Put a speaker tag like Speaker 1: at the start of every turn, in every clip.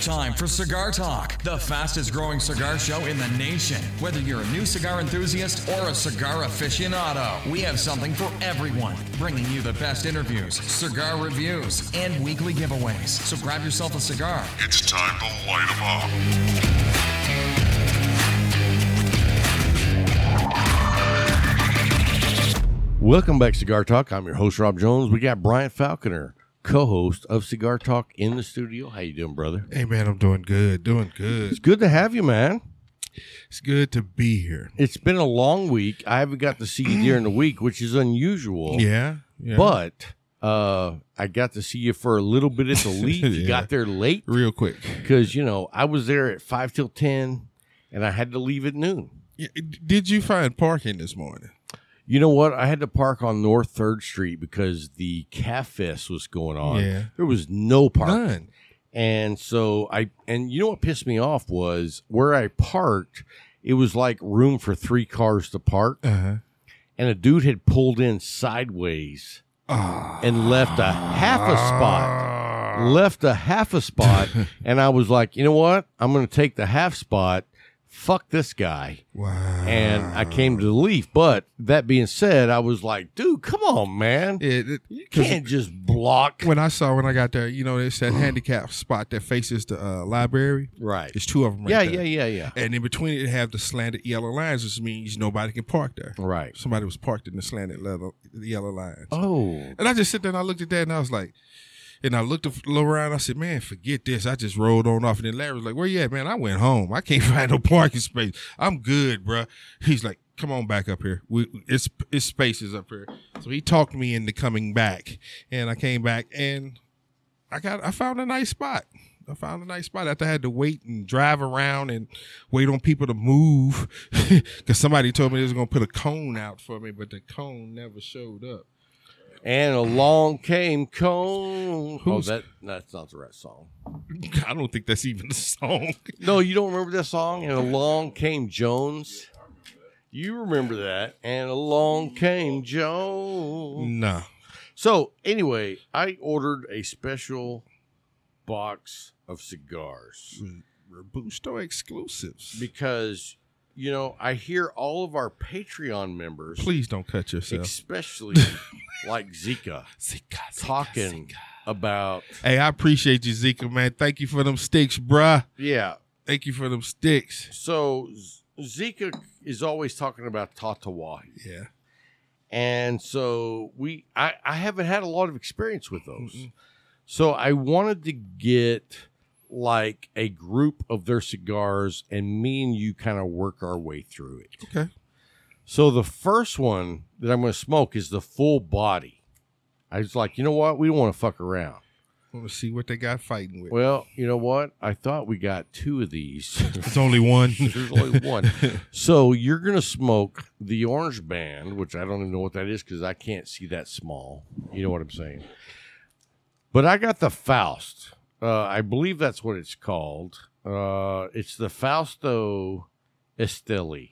Speaker 1: time for Cigar Talk, the fastest growing cigar show in the nation. Whether you're a new cigar enthusiast or a cigar aficionado, we have something for everyone, bringing you the best interviews, cigar reviews, and weekly giveaways. So grab yourself a cigar.
Speaker 2: It's time to light 'em up.
Speaker 3: Welcome back, Cigar Talk. I'm your host, Rob Jones. We got Brian Falconer, co-host of Cigar Talk, in the studio. How you doing, brother?
Speaker 4: Hey man, I'm doing good, doing
Speaker 3: It's
Speaker 4: good.
Speaker 3: good to have you, man.
Speaker 4: It's good to be here.
Speaker 3: It's been a long week. I haven't got to see you during the week, which is unusual.
Speaker 4: Yeah, yeah.
Speaker 3: but uh, I got to see you for a little bit at the leap. You
Speaker 4: Yeah.
Speaker 3: got there late
Speaker 4: real quick,
Speaker 3: because you know I was there at five till ten, and I had to leave at noon.
Speaker 4: Yeah, did you find parking this morning?
Speaker 3: You know what? I had to park on North Third Street because the Calf Fest was going on.
Speaker 4: Yeah.
Speaker 3: There was no parking.
Speaker 4: None.
Speaker 3: And so I, and you know what pissed me off was where I parked, it was like room for three cars to park.
Speaker 4: Uh huh.
Speaker 3: And a dude had pulled in sideways and left a half a spot. Left a half a spot. and I was like, you know what? I'm going to take the half spot. Fuck this guy.
Speaker 4: Wow.
Speaker 3: And I came to the leaf. But that being said, I was like, dude, come on, man.
Speaker 4: It, it-
Speaker 3: you can't just block.
Speaker 4: when I saw when I got there, you know, it's that handicap spot that faces the uh, library.
Speaker 3: Right.
Speaker 4: It's two of them. Right
Speaker 3: yeah,
Speaker 4: there.
Speaker 3: yeah, yeah, yeah.
Speaker 4: And in between it, it have the slanted yellow lines, which means nobody can park there.
Speaker 3: Right.
Speaker 4: Somebody was parked in the slanted leather, the yellow lines.
Speaker 3: Oh,
Speaker 4: And I just sit there and I looked at that and I was like, and I looked around. I said, man, forget this. I just rolled on off. And then Larry was like, where you at, man? I went home. I can't find no parking space. I'm good, bruh. He's like, come on back up here. We, it's it's spaces up here. So he talked me into coming back, and I came back and I got I found a nice spot. I found a nice spot after I had to wait and drive around and wait on people to move because somebody told me they was gonna put a cone out for me, but the cone never showed up.
Speaker 3: and along came Cone.
Speaker 4: Who's-
Speaker 3: oh, that that's not the right song.
Speaker 4: I don't think that's even a song.
Speaker 3: No, you don't remember that song. And along came Jones. You remember that? And along came Jones.
Speaker 4: No.
Speaker 3: So anyway, I ordered a special box of cigars
Speaker 4: Robusto exclusives.
Speaker 3: because you know I hear all of our Patreon members,
Speaker 4: Please don't cut yourself.
Speaker 3: especially like Zika, talking about
Speaker 4: Hey, I appreciate you, Zika, man. Thank you for them sticks, bruh.
Speaker 3: yeah.
Speaker 4: Thank you for them sticks.
Speaker 3: So Z- Zika is always talking about Tatawahi.
Speaker 4: Yeah.
Speaker 3: And so we I, I haven't had a lot of experience with those.
Speaker 4: Mm-mm.
Speaker 3: So I wanted to get like a group of their cigars and me and you kind of work our way through it.
Speaker 4: Okay.
Speaker 3: So the first one that I'm going to smoke is the full body. I was like, you know what? We don't want to fuck around.
Speaker 4: Want to see what they got fighting with.
Speaker 3: Well, you know what? I thought we got two of these.
Speaker 4: It's only one.
Speaker 3: There's only one. So you're gonna smoke the orange band, which I don't even know what that is because I can't see that small. You know what I'm saying? But I got the Faust. Uh, I believe that's what it's called. Uh, it's the Fausto Esteli.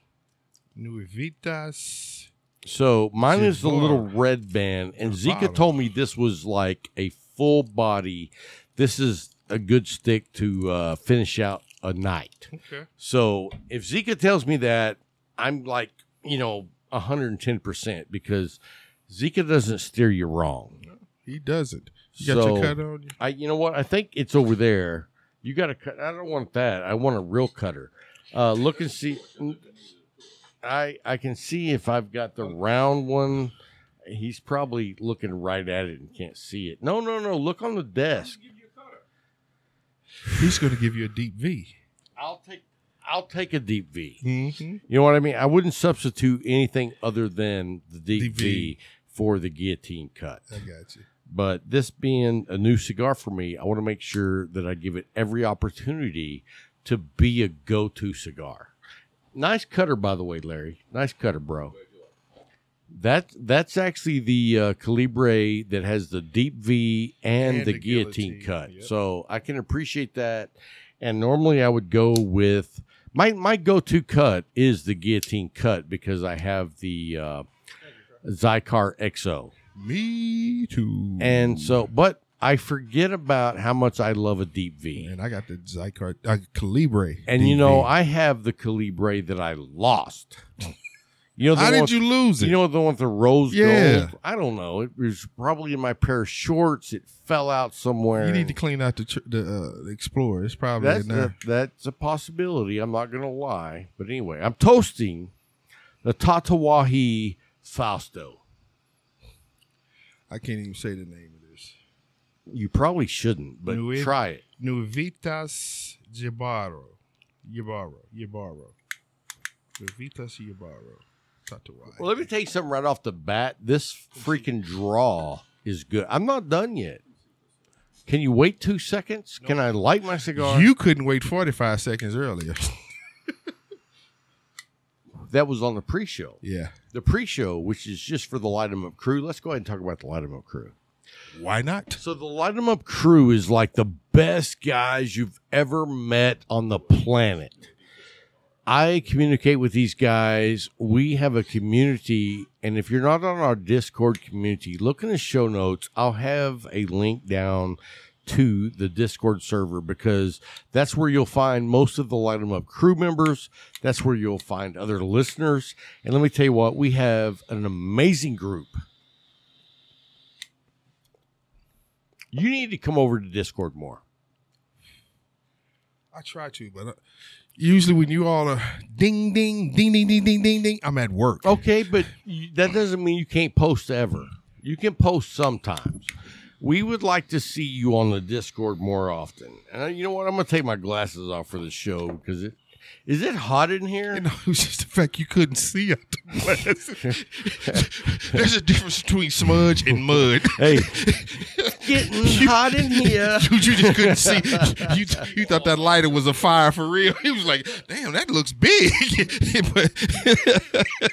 Speaker 4: Nuevitas.
Speaker 3: So mine is the
Speaker 4: Jabbar.
Speaker 3: little red band, and Zika
Speaker 4: Jabbar.
Speaker 3: told me this was like a full body. This is a good stick to uh, finish out a night.
Speaker 4: Okay.
Speaker 3: So if Zika tells me that, I'm like, you know, 110% because Zika doesn't steer you wrong.
Speaker 4: He doesn't. You got
Speaker 3: so
Speaker 4: your cut on you?
Speaker 3: I, you know what? I think it's over there. You got to cut. I don't want that. I want a real cutter. Uh, look and see. I I can see if I've got the round one. He's probably looking right at it and can't see it. No, no, no. Look on the desk.
Speaker 4: He's going to give you a deep V.
Speaker 3: I'll take I'll take a deep V.
Speaker 4: Mm-hmm.
Speaker 3: You know what I mean? I wouldn't substitute anything other than the DV,
Speaker 4: DV.
Speaker 3: for the guillotine cut.
Speaker 4: I got you.
Speaker 3: But this being a new cigar for me, I want to make sure that I give it every opportunity to be a go to cigar. Nice cutter, by the way, Larry. Nice cutter, bro. That that's actually the uh, calibre that has the deep V and,
Speaker 4: And
Speaker 3: the,
Speaker 4: the
Speaker 3: guillotine,
Speaker 4: guillotine,
Speaker 3: cut.
Speaker 4: yep.
Speaker 3: So I can appreciate that. And normally I would go with my my go to cut is the guillotine cut because I have the uh, Zycar XO.
Speaker 4: Me too.
Speaker 3: And so, but I forget about how much I love a deep V.
Speaker 4: And I got the Zycart uh, Calibre.
Speaker 3: And you know,
Speaker 4: DV.
Speaker 3: I have the Calibre that I lost. You know, the
Speaker 4: how
Speaker 3: one
Speaker 4: did
Speaker 3: with-
Speaker 4: you lose it?
Speaker 3: You know the one with the rose
Speaker 4: Yeah.
Speaker 3: gold? I don't know. It was probably in my pair of shorts. It fell out somewhere.
Speaker 4: you need to clean out the tr- the, uh, the Explorer. It's probably
Speaker 3: that's
Speaker 4: in there.
Speaker 3: that- that's a possibility. I'm not gonna lie. But anyway, I'm toasting the Tatawahi Fausto.
Speaker 4: I can't even say the name of this.
Speaker 3: You probably shouldn't, but
Speaker 4: Nui-
Speaker 3: try it.
Speaker 4: Nuvitas Jibaro. Yibaro. Yibaro. Nuvitas Yibaro. Tatawai.
Speaker 3: Well, let me tell you something right off the bat. This freaking draw is good. I'm not done yet. Can you wait two seconds? Can I light my cigar?
Speaker 4: you couldn't wait 45 seconds earlier.
Speaker 3: that was on the pre-show.
Speaker 4: yeah.
Speaker 3: The pre-show, which is just for the Light 'Em Up crew. Let's go ahead and talk about the Light 'Em Up crew.
Speaker 4: Why not?
Speaker 3: So the Light 'Em Up crew is like the best guys you've ever met on the planet. I communicate with these guys. We have a community, and if you're not on our Discord community, look in the show notes. I'll have a link down to the Discord server because that's where you'll find most of the Light 'em Up crew members. That's where you'll find other listeners. And let me tell you what, we have an amazing group. You need to come over to Discord more.
Speaker 4: I try to, but uh, usually when you all are ding, ding, ding, ding, ding, ding, ding, ding, I'm at work.
Speaker 3: Okay, but you, that doesn't mean you can't post ever. You can post sometimes. We would like to see you on the Discord more often. And uh, you know what? I'm going to take my glasses off for the show because it is it hot in here?
Speaker 4: No, it was just the fact you couldn't see out the glass. There's a difference between smudge and mud.
Speaker 3: Hey, getting hot in here.
Speaker 4: You, you just couldn't see. You, you thought that lighter was a fire for real. He was like, "Damn, that looks big."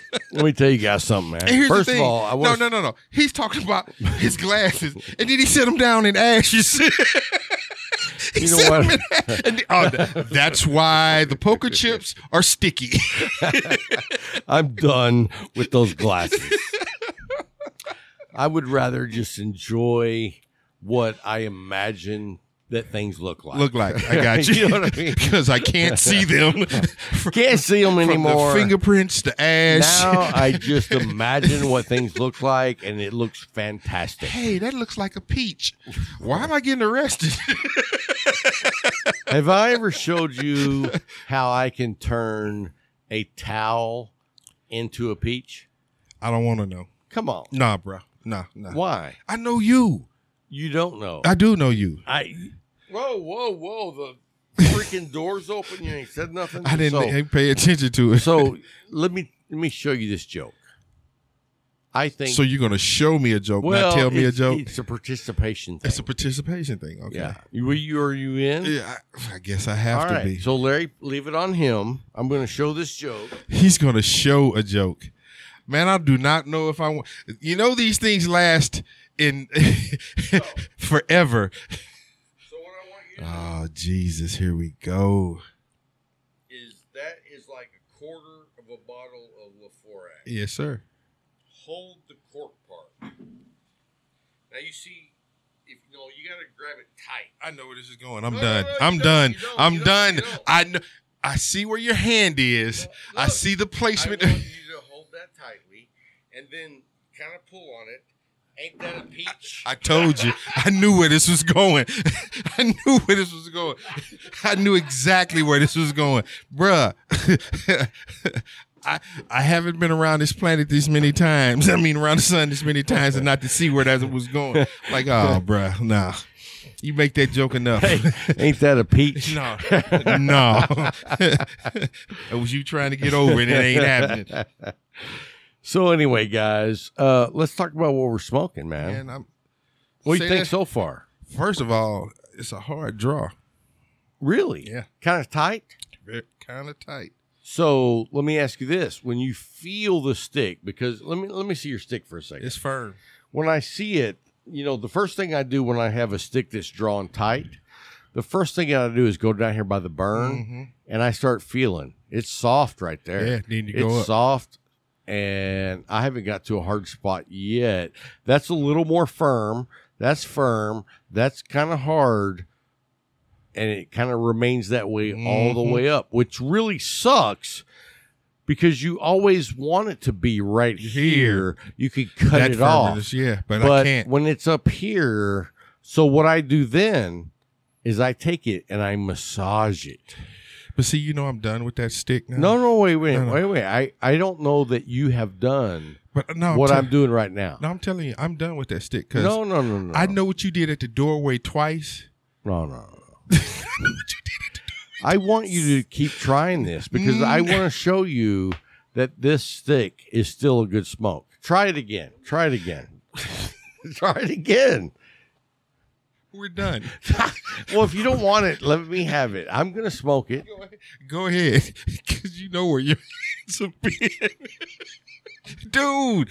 Speaker 4: but
Speaker 3: Let me tell you guys something, man.
Speaker 4: and here's
Speaker 3: First
Speaker 4: the
Speaker 3: of
Speaker 4: thing.
Speaker 3: all, I
Speaker 4: no,
Speaker 3: want
Speaker 4: no, no, no. He's talking about his glasses, and then he set them down in ashes. He
Speaker 3: You know
Speaker 4: set
Speaker 3: what?
Speaker 4: 'em in ash- and the- oh, th- that's why the poker chips are sticky.
Speaker 3: I'm done with those glasses. I would rather just enjoy what I imagine that things look like.
Speaker 4: Look like I got you,
Speaker 3: You know what I mean?
Speaker 4: because I can't see them from,
Speaker 3: Can't see them
Speaker 4: from the
Speaker 3: anymore.
Speaker 4: fingerprints to ash.
Speaker 3: now I just imagine what things look like, and it looks fantastic.
Speaker 4: hey, that looks like a peach. Why am I getting arrested?
Speaker 3: Have I ever showed you how I can turn a towel into a peach?
Speaker 4: I don't want to know.
Speaker 3: Come on,
Speaker 4: Nah, bro. Nah, nah.
Speaker 3: why?
Speaker 4: I know you.
Speaker 3: You don't know.
Speaker 4: I do know you.
Speaker 3: I. Whoa, whoa, whoa! The freaking doors open. You ain't said nothing.
Speaker 4: I didn't
Speaker 3: So-
Speaker 4: pay attention to it. So,
Speaker 3: So let me let me show you this joke. I think.
Speaker 4: you're gonna show me a joke,
Speaker 3: well,
Speaker 4: not tell me a
Speaker 3: it's-
Speaker 4: joke. It's,
Speaker 3: It's a participation thing.
Speaker 4: a participation thing. Okay.
Speaker 3: yeah. You, were you are you in?
Speaker 4: Yeah, I, I guess I have
Speaker 3: All
Speaker 4: to
Speaker 3: right.
Speaker 4: be.
Speaker 3: So Larry, leave it on him. I'm going to show this joke.
Speaker 4: He's gonna show a joke. Man, I do not know if I want. You know, these things last in forever.
Speaker 3: So what I want you to
Speaker 4: Oh Jesus, here we go.
Speaker 3: do is that is like a quarter of a bottle of Laforac.
Speaker 4: Yes, sir.
Speaker 3: Hold the cork part. Now you see, if you know, you got to grab it tight.
Speaker 4: I know where this is going. I'm
Speaker 3: No, no,
Speaker 4: done.
Speaker 3: no, you
Speaker 4: I'm
Speaker 3: don't,
Speaker 4: done.
Speaker 3: you don't,
Speaker 4: I'm
Speaker 3: you don't,
Speaker 4: done.
Speaker 3: you don't.
Speaker 4: I know. I see where your hand is. I
Speaker 3: look,
Speaker 4: see the
Speaker 3: I
Speaker 4: placement.
Speaker 3: want you to hold that tightly, and then kind of pull on it. Ain't that a peach?
Speaker 4: I told you. I knew where this was going. I knew where this was going. I knew exactly where this was going. Bruh. I I haven't been around this planet this many times. I mean around the sun this many times and not to see where that was going. Like, oh bruh, nah. You make that joke enough.
Speaker 3: Ain't that a peach?
Speaker 4: No, no. it was you trying to get over it. It ain't happening.
Speaker 3: So anyway, guys, uh, let's talk about what we're smoking, man.
Speaker 4: And I'm,
Speaker 3: what do
Speaker 4: say
Speaker 3: you think
Speaker 4: that-
Speaker 3: so far?
Speaker 4: First of all, it's a hard draw.
Speaker 3: Really?
Speaker 4: Yeah.
Speaker 3: Kind of tight.
Speaker 4: Kind of tight.
Speaker 3: So let me ask you this: When you feel the stick, because let me let me see your stick for a second.
Speaker 4: It's firm.
Speaker 3: when I see it, you know, the first thing I do when I have a stick that's drawn tight, the first thing I do is go down here by the burn, and I start feeling it's soft right there.
Speaker 4: Mm-hmm. Yeah, then you
Speaker 3: it's
Speaker 4: go up.
Speaker 3: soft, and I haven't got to a hard spot yet. That's a little more firm. That's firm. That's kind of hard. And it kind of remains that way all the
Speaker 4: Mhm.
Speaker 3: way up, which really sucks because you always want it to be right here.
Speaker 4: Here.
Speaker 3: You could cut
Speaker 4: That
Speaker 3: it off
Speaker 4: firmness, Yeah, but, I
Speaker 3: but
Speaker 4: can't.
Speaker 3: when it's up here, so what I do then is I take it and I massage it.
Speaker 4: But see, you know, I'm done with that stick now.
Speaker 3: No, no, wait, wait,
Speaker 4: No, no.
Speaker 3: wait, wait. I, I don't know that you have done
Speaker 4: but no,
Speaker 3: what
Speaker 4: tell-
Speaker 3: I'm doing right now.
Speaker 4: No, I'm telling you, I'm done with that stick because
Speaker 3: No, no, no, no.
Speaker 4: I know what you did at the doorway twice.
Speaker 3: No, no, no. I want you to keep trying this because I
Speaker 4: Mm.
Speaker 3: want to show you that this stick is still a good smoke. Try it again. Try it again. Try it again.
Speaker 4: We're done.
Speaker 3: Well, if you don't want it, let me have it. I'm going to smoke it.
Speaker 4: Go ahead, because you know where your hands have been, dude.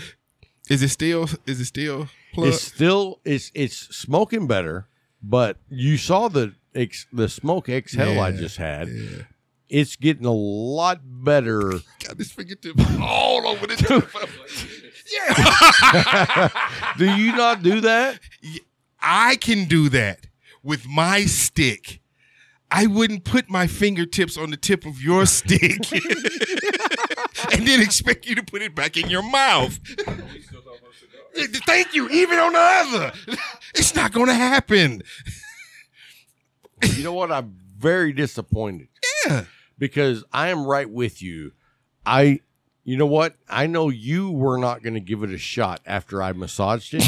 Speaker 4: Is it still? Is it still plugged?
Speaker 3: It's still it's it's smoking better, but you saw the ex, the smoke exhale I
Speaker 4: Yeah,
Speaker 3: just had.
Speaker 4: yeah.
Speaker 3: It's getting a lot better.
Speaker 4: Got this fingertip all over this. yeah,
Speaker 3: do you not do that?
Speaker 4: I can do that with my stick. I wouldn't put my fingertips on the tip of your stick. And then expect you to put it back in your mouth. Thank you, even on the other. It's not gonna happen.
Speaker 3: You know what? I'm very disappointed.
Speaker 4: Yeah.
Speaker 3: Because I am right with you. I you know what? I know you were not going to give it a shot after I massaged it.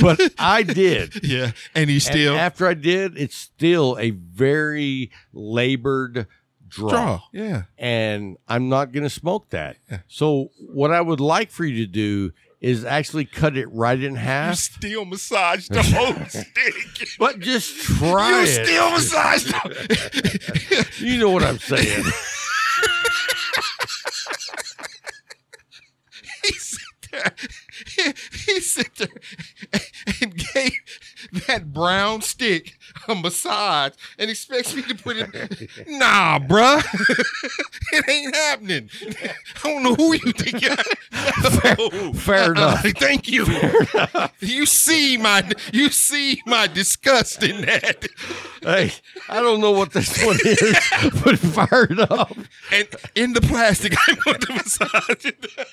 Speaker 3: but I did.
Speaker 4: Yeah. And he
Speaker 3: And
Speaker 4: still
Speaker 3: after I did, it's still a very labored draw.
Speaker 4: draw. Yeah.
Speaker 3: And I'm not going to smoke that.
Speaker 4: Yeah.
Speaker 3: So, what I would like for you to do is actually cut it right in
Speaker 4: You
Speaker 3: half,
Speaker 4: still massage the whole stick.
Speaker 3: but just try
Speaker 4: You
Speaker 3: it.
Speaker 4: still massage the
Speaker 3: you know what I'm saying.
Speaker 4: he sit there. He, he sit there and gave that brown stick a massage and expects me to put it. Nah, bruh. it ain't happening. I don't know who you think. you are. Uh,
Speaker 3: fair enough.
Speaker 4: Thank you. You see my you see my disgust in that.
Speaker 3: hey, I don't know what this one is, but fire it up.
Speaker 4: And in the plastic, I'm going to massage it.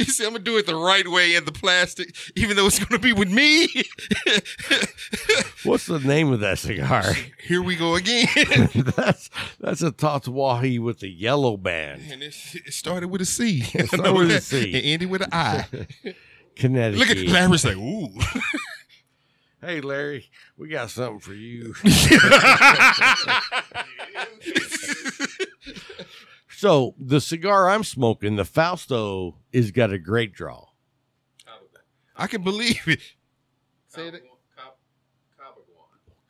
Speaker 4: You see, I'm gonna do it the right way in the plastic, even though it's gonna be with me.
Speaker 3: What's the name of that cigar?
Speaker 4: Here we go again.
Speaker 3: that's that's a Tatawahi with the yellow band.
Speaker 4: And it, it started with a C. It
Speaker 3: started with a C.
Speaker 4: It ended with an I.
Speaker 3: Connecticut.
Speaker 4: Look at Larry's like, ooh.
Speaker 3: Hey, Larry, we got something for you. so, the cigar I'm smoking, the Fausto, is got a great draw.
Speaker 4: I can believe it.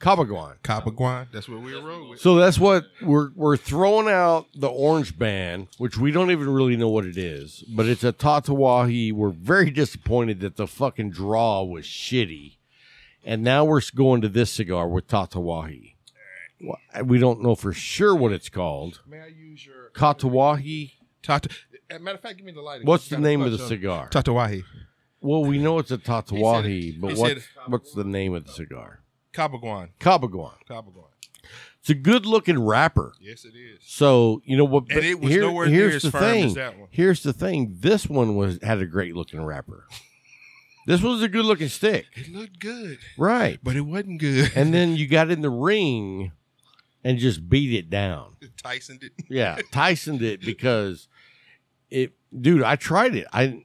Speaker 3: Cabaguan.
Speaker 4: Capaguan, that's what we roll with.
Speaker 3: So that's what we're we're throwing out the orange band, which we don't even really know what it is, but it's a Tatawahi. We're very disappointed that the fucking draw was shitty, and now we're going to this cigar with Tatawahi. Wh- We don't know for sure what it's called.
Speaker 4: May I use your
Speaker 3: Katawahi.
Speaker 4: Tata? As a matter of fact, give me the lighter.
Speaker 3: What's
Speaker 4: You
Speaker 3: the
Speaker 4: got a
Speaker 3: name of
Speaker 4: clutch
Speaker 3: the
Speaker 4: on it.
Speaker 3: cigar?
Speaker 4: Tatawahi.
Speaker 3: Well, we know it's a Tatawahi,
Speaker 4: he
Speaker 3: but
Speaker 4: said
Speaker 3: what
Speaker 4: it's
Speaker 3: what's the name of the cigar?
Speaker 4: Capaguan.
Speaker 3: Cabaguan.
Speaker 4: Capaguan.
Speaker 3: It's a good looking wrapper.
Speaker 4: Yes, it is.
Speaker 3: So you know what?
Speaker 4: And
Speaker 3: but
Speaker 4: it was nowhere near as firm
Speaker 3: thing.
Speaker 4: as that one.
Speaker 3: Here's the thing. This one was had a great looking wrapper. this was a good looking stick,
Speaker 4: It looked good,
Speaker 3: right?
Speaker 4: but it wasn't good.
Speaker 3: And then you got in the ring and just beat it down.
Speaker 4: Tyson did.
Speaker 3: Yeah, Tyson did because it, dude. I tried it. I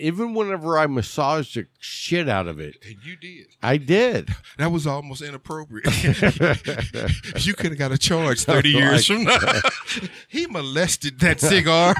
Speaker 3: even whenever I massaged the shit out of it,
Speaker 4: And you did.
Speaker 3: I did.
Speaker 4: That was almost inappropriate. you could have got a charge 30 years from now. he molested that cigar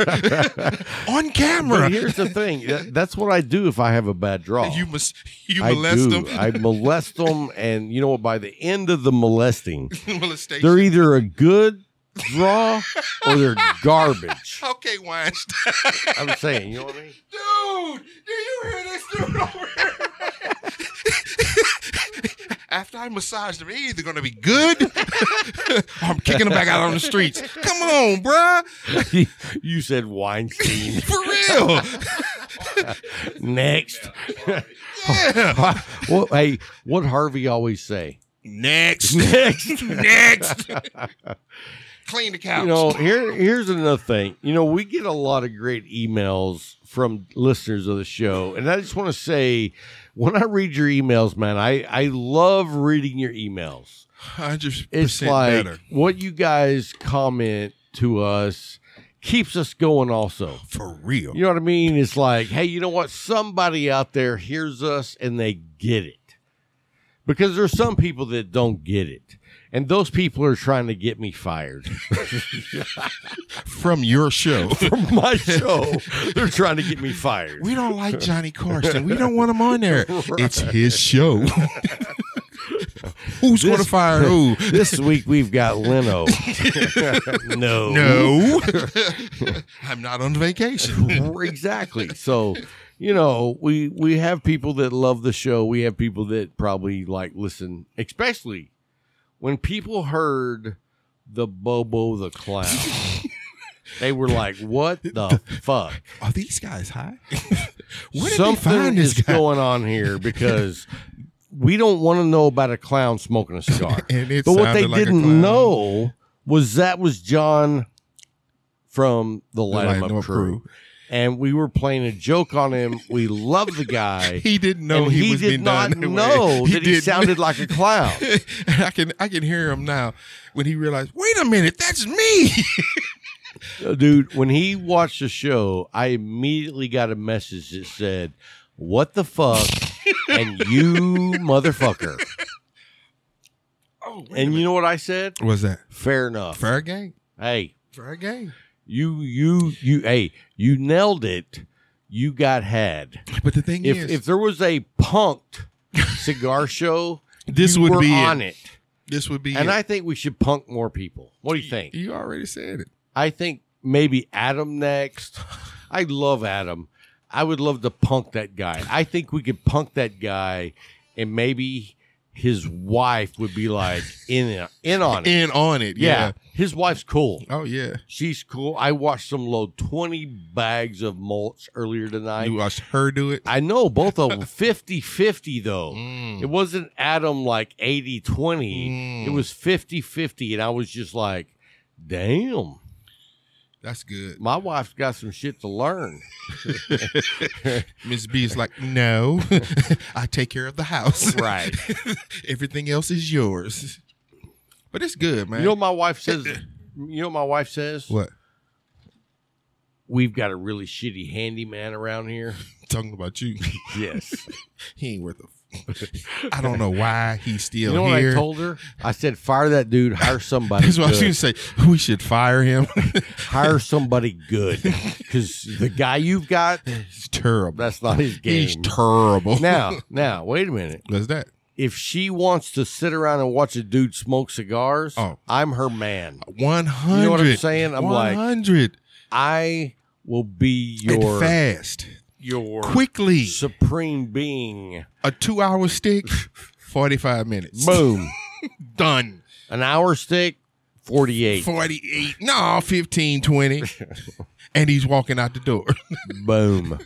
Speaker 4: on camera.
Speaker 3: But here's the thing. That- that's what I do if I have a bad draw.
Speaker 4: You must you
Speaker 3: I
Speaker 4: molest
Speaker 3: do.
Speaker 4: them.
Speaker 3: I molest them, and you know what? By the end of the molesting,
Speaker 4: Molestation.
Speaker 3: they're either a good draw or they're garbage.
Speaker 4: Okay, Weinstein.
Speaker 3: I'm saying, you know what I mean?
Speaker 4: Dude, do you hear this dude over here? After I massaged him, he's either gonna be good or I'm kicking him back out on the streets. Come on, bruh.
Speaker 3: you said Weinstein.
Speaker 4: For real.
Speaker 3: Next.
Speaker 4: Yeah.
Speaker 3: Well, hey, what Harvey always say?
Speaker 4: Next.
Speaker 3: Next.
Speaker 4: Next. Clean the couch.
Speaker 3: You know, here here's another thing. You know, we get a lot of great emails from listeners of the show, and I just want to say, when I read your emails, man, I I love reading your emails.
Speaker 4: 100%
Speaker 3: It's like
Speaker 4: better.
Speaker 3: what you guys comment to us keeps us going. Also,
Speaker 4: For real.
Speaker 3: you know what I mean? It's like, hey, you know what? Somebody out there hears us and they get it. Because there's some people that don't get it. And those people are trying to get me fired.
Speaker 4: From your show.
Speaker 3: from my show. They're trying to get me fired.
Speaker 4: we don't like Johnny Carson. We don't want him on there. It's his show. Who's going to fire who?
Speaker 3: This week we've got Leno. no.
Speaker 4: No. I'm not on vacation.
Speaker 3: exactly. So, you know, we we have people that love the show. We have people that probably like listen, especially when people heard the Bobo the Clown. they were like, "What the fuck?
Speaker 4: Are these guys high? Where did
Speaker 3: Something
Speaker 4: they find
Speaker 3: is
Speaker 4: this guy?
Speaker 3: going on here because." We don't want to know about a clown smoking a cigar.
Speaker 4: And it
Speaker 3: but what they
Speaker 4: sounded like a
Speaker 3: didn't
Speaker 4: clown.
Speaker 3: know was that was John from the Light, 'Em
Speaker 4: Light
Speaker 3: Up
Speaker 4: 'Em Up
Speaker 3: crew.
Speaker 4: Crew.
Speaker 3: and we were playing a joke on him. We love the guy.
Speaker 4: He didn't know
Speaker 3: and
Speaker 4: he,
Speaker 3: he,
Speaker 4: was
Speaker 3: did
Speaker 4: being
Speaker 3: not
Speaker 4: done that way.
Speaker 3: know that he
Speaker 4: didn't.
Speaker 3: sounded like a clown.
Speaker 4: I can I can hear him now when he realized. Wait a minute, that's me.
Speaker 3: Uh, Dude, when he watched the show, I immediately got a message that said, What the fuck? and you motherfucker.
Speaker 4: oh,
Speaker 3: And you know what I said?
Speaker 4: was that
Speaker 3: Fair enough.
Speaker 4: fair game?
Speaker 3: Hey,
Speaker 4: Fair game.
Speaker 3: you, you, you, hey, you nailed it. You got had.
Speaker 4: But the thing
Speaker 3: If,
Speaker 4: is,
Speaker 3: if there was a punked cigar show,
Speaker 4: This
Speaker 3: you
Speaker 4: would
Speaker 3: were
Speaker 4: be it.
Speaker 3: on it.
Speaker 4: this would be,
Speaker 3: And
Speaker 4: it.
Speaker 3: I think we should punk more people. What do you think?
Speaker 4: you already said it.
Speaker 3: I think maybe Adam next. I love Adam. I would love to punk that guy. I think we could punk that guy, and maybe his wife would be like in in on it.
Speaker 4: In on it,
Speaker 3: Yeah,
Speaker 4: yeah.
Speaker 3: his wife's cool.
Speaker 4: Oh yeah,
Speaker 3: She's cool. I watched them load twenty bags of mulch earlier tonight.
Speaker 4: you watched her do it.
Speaker 3: I know both of them 50 50 though.
Speaker 4: Mm.
Speaker 3: It wasn't Adam like 80 20. It was 50 50. And I was just like, damn,
Speaker 4: That's good.
Speaker 3: my wife's got some shit to learn.
Speaker 4: Miss B is like, no, I take care of the house.
Speaker 3: Right.
Speaker 4: Everything else is yours. But it's good, man.
Speaker 3: You know what my wife says? You know what my wife says?
Speaker 4: what?
Speaker 3: We've got a really shitty handyman around here.
Speaker 4: Talking about you.
Speaker 3: Yes.
Speaker 4: he ain't worth a. I don't know why he's still
Speaker 3: you know what
Speaker 4: here.
Speaker 3: I told her? I said, fire that dude, hire somebody.
Speaker 4: That's what I was
Speaker 3: good.
Speaker 4: going to say. We should fire him.
Speaker 3: Hire somebody good. Because the guy you've got,
Speaker 4: he's terrible.
Speaker 3: that's not his game.
Speaker 4: he's terrible.
Speaker 3: now, now, wait a minute.
Speaker 4: what's that?
Speaker 3: if she wants to sit around and watch a dude smoke cigars,
Speaker 4: Oh.
Speaker 3: I'm her man.
Speaker 4: One hundred.
Speaker 3: know what I'm saying? I'm like-
Speaker 4: hundred.
Speaker 3: I will be
Speaker 4: And
Speaker 3: your
Speaker 4: fast,
Speaker 3: your
Speaker 4: quickly.
Speaker 3: supreme being.
Speaker 4: A two-hour stick, forty-five minutes.
Speaker 3: Boom.
Speaker 4: Done.
Speaker 3: An hour stick, 48.
Speaker 4: Forty-eight. No, 15, 20. and he's walking out the door.
Speaker 3: Boom.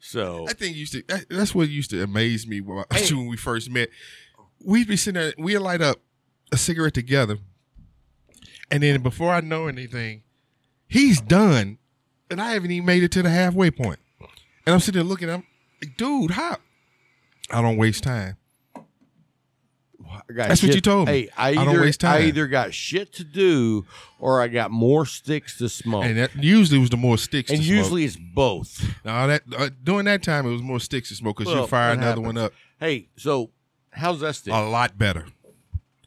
Speaker 3: So
Speaker 4: that thing used to. That, that's what used to amaze me
Speaker 3: Oh.
Speaker 4: about
Speaker 3: Hey.
Speaker 4: you when we first met. We'd be sitting there. We'd light up a cigarette together, and then before I know anything, he's done, and I haven't even made it to the halfway point. And I'm sitting there looking. I'm like, dude, how? I don't waste time.
Speaker 3: I got
Speaker 4: That's what
Speaker 3: shit-
Speaker 4: you told me.
Speaker 3: Hey, I
Speaker 4: I
Speaker 3: either,
Speaker 4: don't waste time.
Speaker 3: I either got shit to do or I got more sticks to smoke.
Speaker 4: And
Speaker 3: And,
Speaker 4: that usually was the more sticks. to smoke.
Speaker 3: Oh. usually it's both.
Speaker 4: no, that uh, during that time it was more sticks to smoke because
Speaker 3: Well,
Speaker 4: you fire
Speaker 3: that
Speaker 4: another one up
Speaker 3: Hey, so how's that stick?
Speaker 4: a lot better,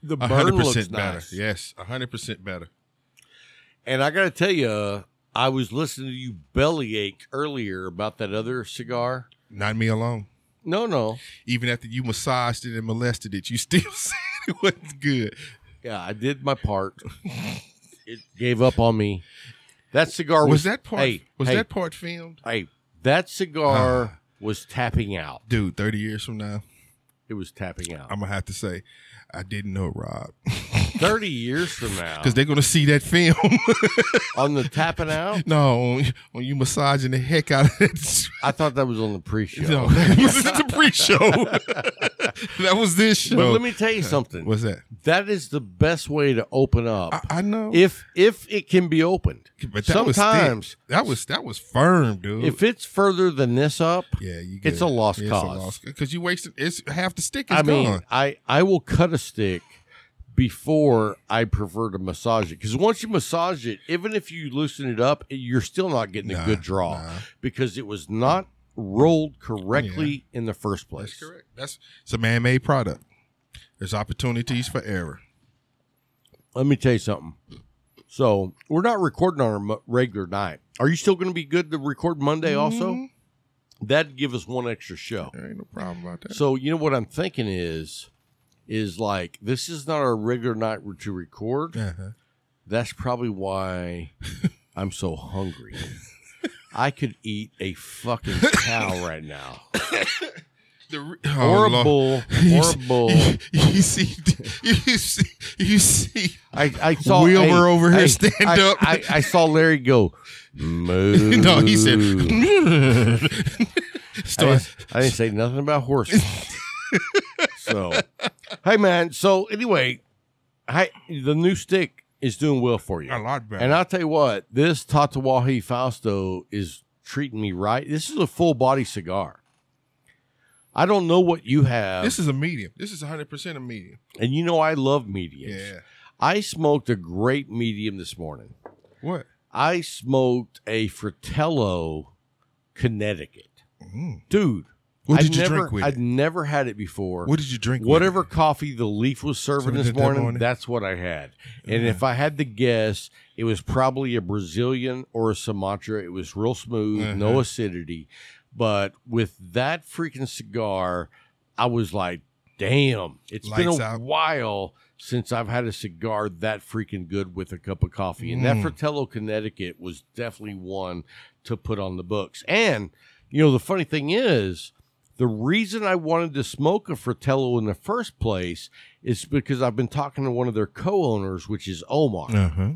Speaker 3: the
Speaker 4: a
Speaker 3: burn
Speaker 4: hundred
Speaker 3: looks
Speaker 4: percent better.
Speaker 3: nice.
Speaker 4: Yes, a hundred percent better.
Speaker 3: And I got to tell you, I was listening to you bellyache earlier about that other cigar.
Speaker 4: Not me alone.
Speaker 3: No, no.
Speaker 4: even after you massaged it and molested it, you still said it wasn't good.
Speaker 3: Yeah, I did my part. it gave up on me. That cigar
Speaker 4: Was,
Speaker 3: was,
Speaker 4: that part?
Speaker 3: Hey,
Speaker 4: was
Speaker 3: hey,
Speaker 4: that part filmed?
Speaker 3: Hey, that cigar was tapping out.
Speaker 4: Dude, thirty years from now,
Speaker 3: It was tapping out.
Speaker 4: I'm gonna have to say, I didn't know Rob.
Speaker 3: Thirty years from now,
Speaker 4: because they're gonna see that film.
Speaker 3: on the tapping out,
Speaker 4: no, on, on you massaging the heck out of that.
Speaker 3: I thought that was on the pre-show.
Speaker 4: No, that was the pre-show. that was this show.
Speaker 3: But let me tell you something.
Speaker 4: What's that?
Speaker 3: that is the best way to open up
Speaker 4: I, I know.
Speaker 3: if if it can be opened.
Speaker 4: but that was thick.
Speaker 3: Sometimes
Speaker 4: that was that was firm, dude.
Speaker 3: if it's further than this up,
Speaker 4: yeah, you
Speaker 3: it's a lost cause.
Speaker 4: because you wasted. It's half the stick is
Speaker 3: I mean,
Speaker 4: gone.
Speaker 3: I I will cut a stick before I prefer to massage it because once you massage it, even if you loosen it up, you're still not getting
Speaker 4: Nah,
Speaker 3: a good draw
Speaker 4: nah.
Speaker 3: because it was not rolled correctly in the first place.
Speaker 4: That's correct. That's it's a man-made product. There's opportunities for error.
Speaker 3: Let me tell you something. So we're not recording on our mo- regular night. Are you still going to be good to record Monday also?
Speaker 4: Mm-hmm.
Speaker 3: That'd give us one extra show.
Speaker 4: There ain't no problem about that.
Speaker 3: So you know what I'm thinking is, is like this is not our regular night to record.
Speaker 4: Uh-huh.
Speaker 3: That's probably why I'm so hungry. I could eat a fucking cow right now,
Speaker 4: The re-
Speaker 3: or
Speaker 4: Oh,
Speaker 3: a
Speaker 4: Lord.
Speaker 3: bull,
Speaker 4: You
Speaker 3: or a
Speaker 4: see-
Speaker 3: bull.
Speaker 4: You, you see, you see, you see.
Speaker 3: I, I saw
Speaker 4: Wilbur
Speaker 3: hey,
Speaker 4: over here
Speaker 3: hey,
Speaker 4: stand
Speaker 3: I-
Speaker 4: up.
Speaker 3: I, I saw Larry go. Moo.
Speaker 4: No, he said.
Speaker 3: I
Speaker 4: Start-
Speaker 3: didn't, I didn't say nothing about horses. so, hey man. So anyway, I the new stick is doing well for you.
Speaker 4: a lot better.
Speaker 3: And I'll tell you what, this Tatawahi Fausto is treating me right. This is a full body cigar. I don't know what you have,
Speaker 4: this is a medium. This is 100 percent a medium.
Speaker 3: and you know I love mediums.
Speaker 4: Yeah.
Speaker 3: I smoked a great medium this morning.
Speaker 4: What?
Speaker 3: I smoked a Fratello, Connecticut.
Speaker 4: Mm.
Speaker 3: Dude,
Speaker 4: What
Speaker 3: I'd
Speaker 4: did you
Speaker 3: never,
Speaker 4: drink with
Speaker 3: I'd
Speaker 4: it?
Speaker 3: never had it before.
Speaker 4: What did you drink? with
Speaker 3: Whatever
Speaker 4: it?
Speaker 3: coffee the leaf was serving
Speaker 4: Something
Speaker 3: this
Speaker 4: that
Speaker 3: morning,
Speaker 4: morning?
Speaker 3: that's what I had. And if I had to guess, it was probably a Brazilian or a Sumatra. It was real smooth,
Speaker 4: Uh-huh.
Speaker 3: no acidity. But with that freaking cigar, I was like, damn, it's
Speaker 4: Lights
Speaker 3: been a
Speaker 4: out.
Speaker 3: while since I've had a cigar that freaking good with a cup of coffee. And
Speaker 4: Mm.
Speaker 3: that Fratello Connecticut was definitely one to put on the books. And, you know, the funny thing is, the reason I wanted to smoke a Fratello in the first place is because I've been talking to one of their co owners, which is Omar.
Speaker 4: Uh-huh.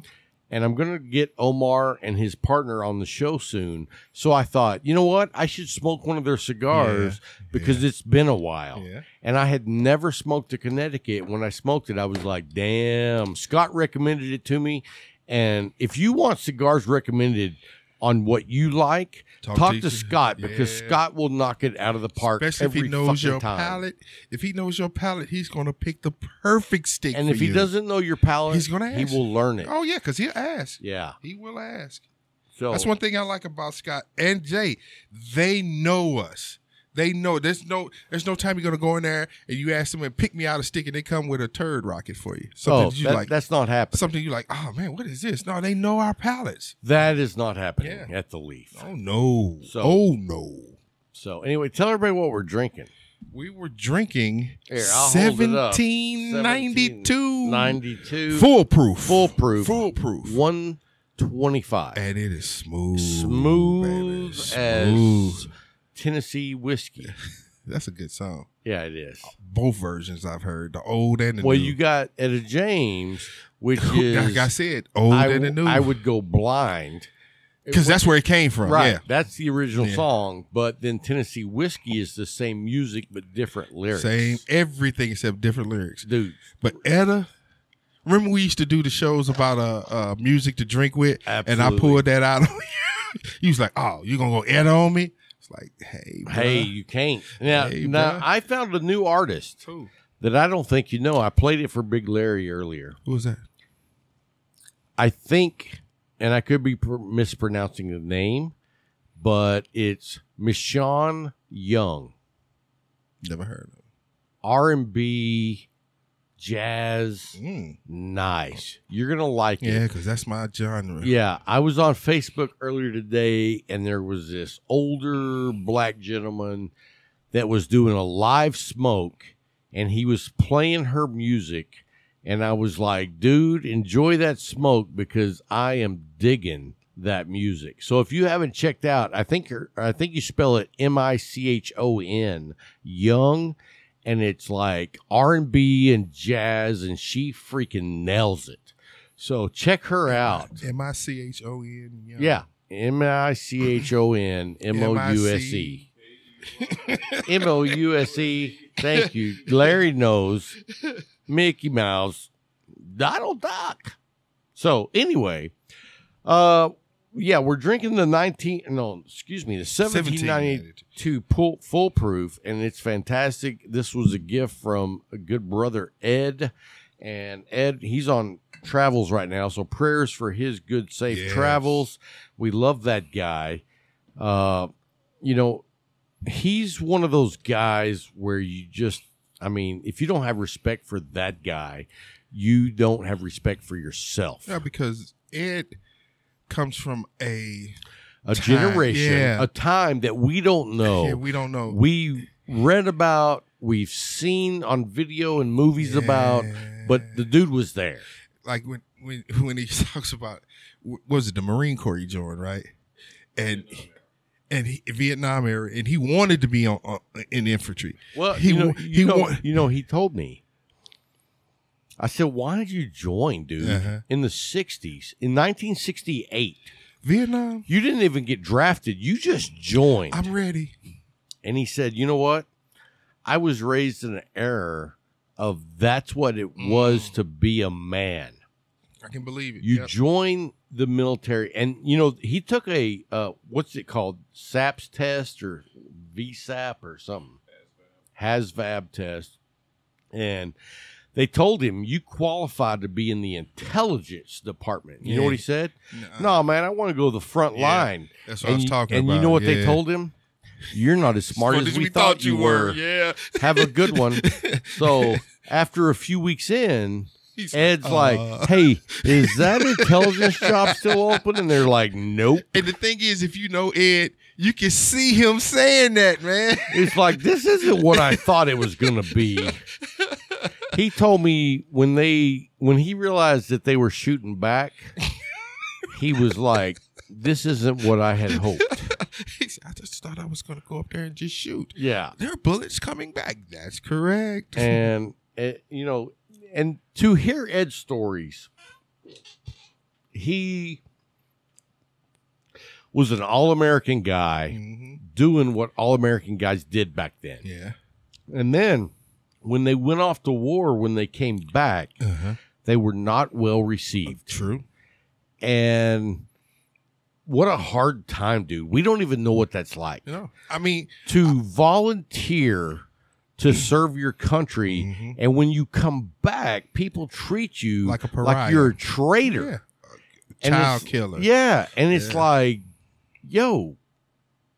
Speaker 3: And I'm going to get Omar and his partner on the show soon. So I thought, you know what? I should smoke one of their cigars because it's been a while.
Speaker 4: Yeah.
Speaker 3: And I had never smoked a Connecticut. When I smoked it, I was like, damn. Scott recommended it to me. And if you want cigars recommended on what you like,
Speaker 4: Talk
Speaker 3: talk,
Speaker 4: to
Speaker 3: to,
Speaker 4: you.
Speaker 3: Scott because
Speaker 4: Yeah.
Speaker 3: Scott will knock it out of the park
Speaker 4: Especially if
Speaker 3: every
Speaker 4: he knows
Speaker 3: fucking
Speaker 4: your
Speaker 3: time.
Speaker 4: palate. If he knows your palate, he's gonna pick the perfect stick.
Speaker 3: And
Speaker 4: for
Speaker 3: if he
Speaker 4: you.
Speaker 3: doesn't know your palate,
Speaker 4: He's gonna
Speaker 3: he
Speaker 4: ask.
Speaker 3: will learn it.
Speaker 4: oh yeah, because he'll ask.
Speaker 3: Yeah.
Speaker 4: He will ask.
Speaker 3: So
Speaker 4: That's one thing I like about Scott and Jay. They know us. They know there's no there's no time you're gonna go in there and you ask them and pick me out a stick and they come with a turd rocket for you. Something
Speaker 3: oh,
Speaker 4: that you
Speaker 3: that-
Speaker 4: like.
Speaker 3: that's not happening.
Speaker 4: Something you like. Oh man, what is this? No, they know our palates.
Speaker 3: That is not happening
Speaker 4: Yeah.
Speaker 3: at the Leaf.
Speaker 4: Oh no.
Speaker 3: So-
Speaker 4: oh no.
Speaker 3: So anyway, tell everybody what we're drinking.
Speaker 4: We were drinking
Speaker 3: Here, I'll hold it up.
Speaker 4: 1792
Speaker 3: 92
Speaker 4: foolproof,
Speaker 3: Foolproof.
Speaker 4: foolproof,
Speaker 3: 125.
Speaker 4: and it is smooth,
Speaker 3: Smooth
Speaker 4: baby.
Speaker 3: as
Speaker 4: Smooth.
Speaker 3: Tennessee whiskey.
Speaker 4: That's a good song.
Speaker 3: Yeah, it is.
Speaker 4: Both versions I've heard, the old and the
Speaker 3: Well,
Speaker 4: new.
Speaker 3: you got Etta James, which
Speaker 4: like
Speaker 3: is
Speaker 4: I said, old
Speaker 3: I,
Speaker 4: and the new.
Speaker 3: I would go blind.
Speaker 4: because that's where it came from.
Speaker 3: Right.
Speaker 4: Yeah.
Speaker 3: That's the original
Speaker 4: Yeah.
Speaker 3: song, but then Tennessee Whiskey is the same music but different lyrics.
Speaker 4: Same everything except different lyrics.
Speaker 3: dude.
Speaker 4: But Etta, remember we used to do the shows about uh, uh music to drink with, and I
Speaker 3: Absolutely.
Speaker 4: pulled that out on you. You was like, "Oh, you gonna go Etta on me?" It's like, "Hey, bruh.
Speaker 3: Hey, you can't. Now,
Speaker 4: Hey,
Speaker 3: now
Speaker 4: bruh.
Speaker 3: I found a new artist
Speaker 4: Who?
Speaker 3: that I don't think you know. I played it for Big Larry earlier.
Speaker 4: Who was that?"
Speaker 3: I think, and I could be pr- mispronouncing the name, but it's Michonne Young,
Speaker 4: Never heard of.
Speaker 3: R and B, jazz,
Speaker 4: Him. Mm.
Speaker 3: nice. You're gonna like it.
Speaker 4: Yeah, because that's my genre.
Speaker 3: Yeah, I was on Facebook earlier today, and there was this older black gentleman that was doing a live smoke, and he was playing her music. And I was like, dude, enjoy that smoke because I am digging that music. So if you haven't checked out, I think you're, I think you spell it M I C H O N Young, and it's like R&B and jazz and she freaking nails it. So check her out.
Speaker 4: M I C H O N. Young.
Speaker 3: Yeah. M I C H O N M O U S E. M O U S E. Thank you. Larry knows Mickey Mouse, Donald Duck. So, anyway, uh, yeah, we're drinking the 19, no, excuse me, the 1792 pull, foolproof, and it's fantastic. This was a gift from a good brother, Ed. And Ed, he's on travels right now. So prayers for his good, safe
Speaker 4: Yes.
Speaker 3: travels. We love that guy. Uh, you know, he's one of those guys where you just, I mean, if you don't have respect for that guy, you don't have respect for yourself.
Speaker 4: Yeah, because it comes from a.
Speaker 3: a
Speaker 4: time,
Speaker 3: generation,
Speaker 4: yeah.
Speaker 3: a time that we don't know.
Speaker 4: Yeah, we don't know.
Speaker 3: Oh, we read about, we've seen on video and movies about, but the dude was there.
Speaker 4: like when when when he talks about what was it the Marine Corps he joined, right? And and he, Vietnam era, and he wanted to be on, on in infantry.
Speaker 3: Well,
Speaker 4: he
Speaker 3: you know,
Speaker 4: wa-
Speaker 3: you,
Speaker 4: he
Speaker 3: know,
Speaker 4: wa-
Speaker 3: you know, he told me. I said, "Why did you join, dude?
Speaker 4: Uh-huh.
Speaker 3: In the '60s, in 1968,
Speaker 4: Vietnam.
Speaker 3: you didn't even get drafted. You just joined."
Speaker 4: I'm ready.
Speaker 3: and he said, "You know what? I was raised in an era of that's what it was
Speaker 4: Mm.
Speaker 3: to be a man.
Speaker 4: I can believe it.
Speaker 3: You
Speaker 4: Yep.
Speaker 3: join the military, and you know he took a uh, what's it called, SAPS test or VSAP or something, HASVAB test, and they told him you qualified to be in the intelligence department. You know
Speaker 4: Yeah. Uh,
Speaker 3: what he said? No, man, I want to go to the front
Speaker 4: Yeah,
Speaker 3: line.
Speaker 4: that's what
Speaker 3: and
Speaker 4: I was
Speaker 3: you-
Speaker 4: talking
Speaker 3: And
Speaker 4: about,
Speaker 3: you know what they
Speaker 4: yeah.
Speaker 3: told him? You're not as smart as we, thought, you were.
Speaker 4: Yeah.
Speaker 3: Have a good one. so after a few weeks in,
Speaker 4: He's-
Speaker 3: Ed's like,
Speaker 4: Uh.
Speaker 3: "Hey, is that intelligence shop still open?" And they're like, "Nope."
Speaker 4: And the thing is, if you know Ed, you can see him saying that, man.
Speaker 3: It's like this isn't what I thought it was going to be. He told me when they when he realized that they were shooting back, he was like, "This isn't what I had hoped."
Speaker 4: He said, I just thought I was going to go up there and just shoot.
Speaker 3: Yeah,
Speaker 4: There are bullets coming back. That's correct.
Speaker 3: and it, you know, and to hear Ed's stories, he was an all-American guy
Speaker 4: Mhm.
Speaker 3: doing what all-American guys did back then.
Speaker 4: Yeah.
Speaker 3: And then when they went off to war, when they came back,
Speaker 4: Uh-huh.
Speaker 3: they were not well received.
Speaker 4: True.
Speaker 3: And what a hard time, dude. We don't even know what that's like
Speaker 4: You know, I mean,
Speaker 3: to volunteer to serve your country. And when you come back, people treat you
Speaker 4: Mm-hmm. Like a
Speaker 3: like
Speaker 4: pariah.
Speaker 3: you're a traitor.
Speaker 4: yeah.
Speaker 3: And
Speaker 4: Child
Speaker 3: it's-
Speaker 4: killer.
Speaker 3: Yeah, and it's
Speaker 4: Yeah.
Speaker 3: like, yo,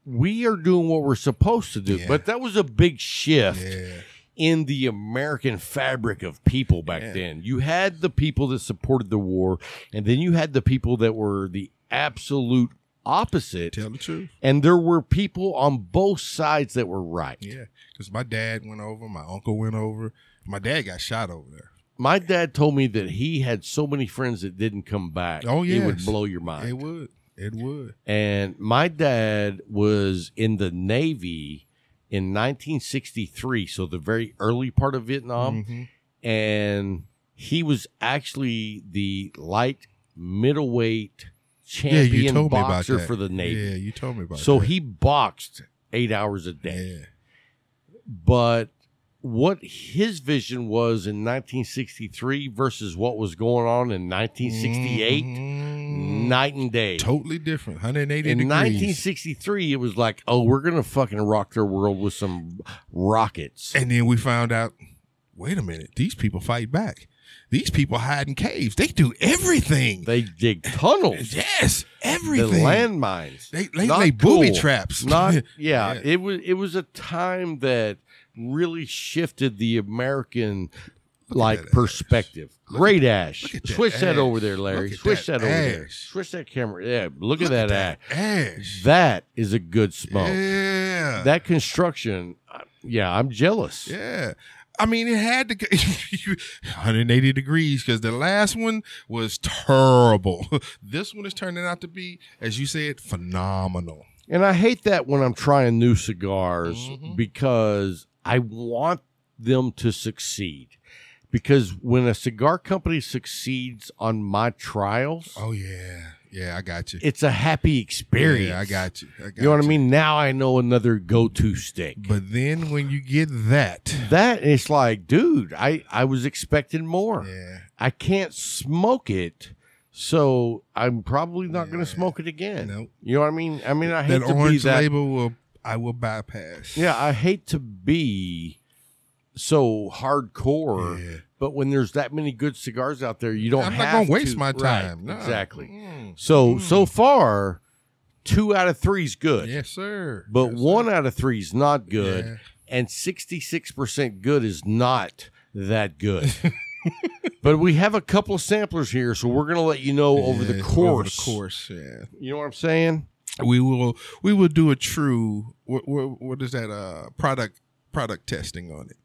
Speaker 3: we are doing what we're supposed to do.
Speaker 4: Yeah.
Speaker 3: But that was a big shift
Speaker 4: Yeah.
Speaker 3: in the American fabric of people back
Speaker 4: Yeah.
Speaker 3: then. You had the people that supported the war, and then you had the people that were the absolute opposite.
Speaker 4: Tell the truth.
Speaker 3: And there were people on both sides that were right.
Speaker 4: Yeah. Because my dad went over, my uncle went over. My dad got shot over there.
Speaker 3: My dad told me that he had so many friends that didn't come back.
Speaker 4: Oh,
Speaker 3: It would
Speaker 4: yes.
Speaker 3: blow your mind.
Speaker 4: It would. It would.
Speaker 3: And my dad was in the Navy in 1963, so the very early part of Vietnam.
Speaker 4: Mhm.
Speaker 3: And he was actually the light middleweight
Speaker 4: Yeah,
Speaker 3: champion
Speaker 4: you told me about
Speaker 3: boxer
Speaker 4: that.
Speaker 3: for the
Speaker 4: Yeah,
Speaker 3: Navy.
Speaker 4: you told me about
Speaker 3: so
Speaker 4: that.
Speaker 3: he boxed eight hours a day.
Speaker 4: Yeah.
Speaker 3: But what his vision was in 1963 versus what was going on in 1968,
Speaker 4: Mhm.
Speaker 3: night and day.
Speaker 4: Totally different. 180
Speaker 3: In
Speaker 4: degrees.
Speaker 3: 1963, it was like, oh, we're gonna fucking rock their world with some rockets.
Speaker 4: And then we found out, wait a minute, these people fight back. These people hide in caves. They do everything.
Speaker 3: They dig tunnels,
Speaker 4: yes,
Speaker 3: the
Speaker 4: everything.
Speaker 3: landmines,
Speaker 4: They- they
Speaker 3: Not
Speaker 4: lay booby
Speaker 3: cool.
Speaker 4: traps.
Speaker 3: Not yeah,
Speaker 4: Yeah.
Speaker 3: It was it was a time that really shifted the American
Speaker 4: that
Speaker 3: like
Speaker 4: ash.
Speaker 3: perspective. Great ash.
Speaker 4: look at that
Speaker 3: Switch that
Speaker 4: ash.
Speaker 3: over there, Larry.
Speaker 4: Look at
Speaker 3: Switch that,
Speaker 4: that
Speaker 3: over there.
Speaker 4: ash.
Speaker 3: Switch that camera. Yeah, look, at
Speaker 4: Look
Speaker 3: that, ash.
Speaker 4: Ash.
Speaker 3: That is a good smoke.
Speaker 4: Yeah.
Speaker 3: That construction. I- Yeah, I'm jealous.
Speaker 4: yeah. I mean, it had to go 180 degrees because the last one was terrible. This one is turning out to be, as you said, phenomenal. Mm-hmm.
Speaker 3: And I hate that when I'm trying new cigars because I want them to succeed. Because when a cigar company succeeds on my trials,
Speaker 4: Oh yeah, yeah, I got you.
Speaker 3: it's a happy experience.
Speaker 4: Yeah, I got you. I got
Speaker 3: You know what I mean? Now I know another go-to stick.
Speaker 4: But then when you get that,
Speaker 3: that it's like, dude, I I was expecting more.
Speaker 4: yeah,
Speaker 3: I can't smoke it, so I'm probably not going to smoke it again.
Speaker 4: Nope.
Speaker 3: You know what I mean? I mean, I hate
Speaker 4: that
Speaker 3: to be
Speaker 4: orange
Speaker 3: that.
Speaker 4: label will I will bypass.
Speaker 3: Yeah, I hate to be so hardcore,
Speaker 4: Yeah.
Speaker 3: but when there's that many good cigars out there, you don't.
Speaker 4: I'm not
Speaker 3: have
Speaker 4: gonna waste
Speaker 3: to-
Speaker 4: my
Speaker 3: right,
Speaker 4: time. No.
Speaker 3: Exactly.
Speaker 4: Mm.
Speaker 3: So so far, two out of three's good.
Speaker 4: yes, sir.
Speaker 3: But
Speaker 4: Yes,
Speaker 3: one out of three is not good,
Speaker 4: Yeah.
Speaker 3: and sixty-six percent good is not that good. but we have a couple of samplers here, so we're gonna let you know over the
Speaker 4: Yeah,
Speaker 3: course.
Speaker 4: Over the course, yeah.
Speaker 3: You know what I'm saying?
Speaker 4: we will we will do a true what what, what is that uh product product testing on it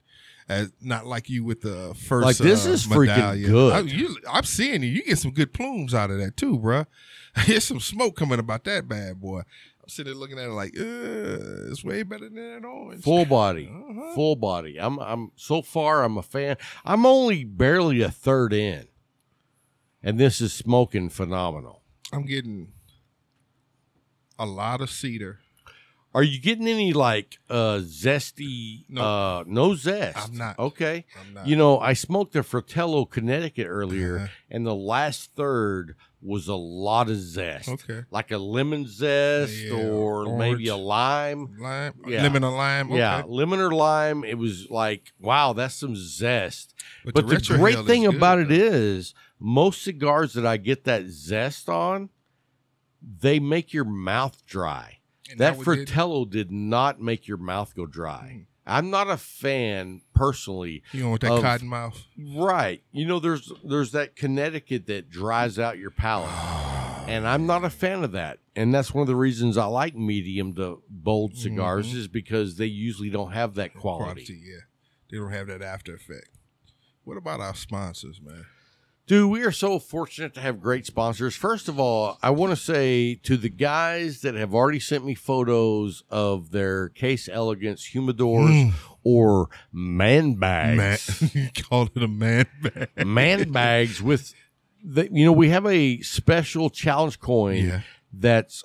Speaker 4: as not like you with the first
Speaker 3: Like, this
Speaker 4: uh,
Speaker 3: is freaking
Speaker 4: medallion.
Speaker 3: good.
Speaker 4: I, you, i'm seeing you you get some good plumes out of that too bruh there's some smoke coming about that bad boy i'm sitting there looking at it like Ugh, it's way better than that orange
Speaker 3: Full body,
Speaker 4: Uh-huh.
Speaker 3: full body. I'm I'm so far I'm a fan. I'm only barely a third in, and this is smoking phenomenal.
Speaker 4: i'm getting a lot of cedar
Speaker 3: Are you getting any like uh zesty?
Speaker 4: No.
Speaker 3: uh, no zest.
Speaker 4: I'm not.
Speaker 3: Okay.
Speaker 4: i'm not
Speaker 3: You know, I smoked a Fratello, Connecticut earlier,
Speaker 4: Uh-huh.
Speaker 3: and the last third was a lot of zest.
Speaker 4: Okay.
Speaker 3: Like a lemon zest
Speaker 4: Yeah,
Speaker 3: or maybe a
Speaker 4: orange.
Speaker 3: lime.
Speaker 4: lime
Speaker 3: Yeah.
Speaker 4: lemon and lime okay.
Speaker 3: Yeah, lemon or lime. It was like, wow, that's some zest. But,
Speaker 4: But the
Speaker 3: the,
Speaker 4: retro
Speaker 3: great
Speaker 4: hell is
Speaker 3: thing
Speaker 4: good,
Speaker 3: about it
Speaker 4: though.
Speaker 3: is, most cigars that I get that zest on, they make your mouth dry.
Speaker 4: And
Speaker 3: That
Speaker 4: we did-
Speaker 3: Fratello did not make your mouth go
Speaker 4: Hmm.
Speaker 3: dry. I'm not a fan personally
Speaker 4: you know with that
Speaker 3: of-
Speaker 4: cotton mouth
Speaker 3: Right. You know, there's there's that Connecticut that dries out your palate.
Speaker 4: Oh,
Speaker 3: And I'm not a fan of that. And that's one of the reasons I like medium to bold cigars
Speaker 4: Mm-hmm.
Speaker 3: is because they usually don't have that quality.
Speaker 4: quality. Yeah, they don't have that after effect. What about our sponsors, man?
Speaker 3: Dude, we are so fortunate to have great sponsors. First of all, I want to say to the guys that have already sent me photos of their Case Elegance
Speaker 4: Mm.
Speaker 3: humidors or man bags.
Speaker 4: you called it a man bag.
Speaker 3: man bags with the, you know we have a special challenge coin
Speaker 4: Yeah.
Speaker 3: that's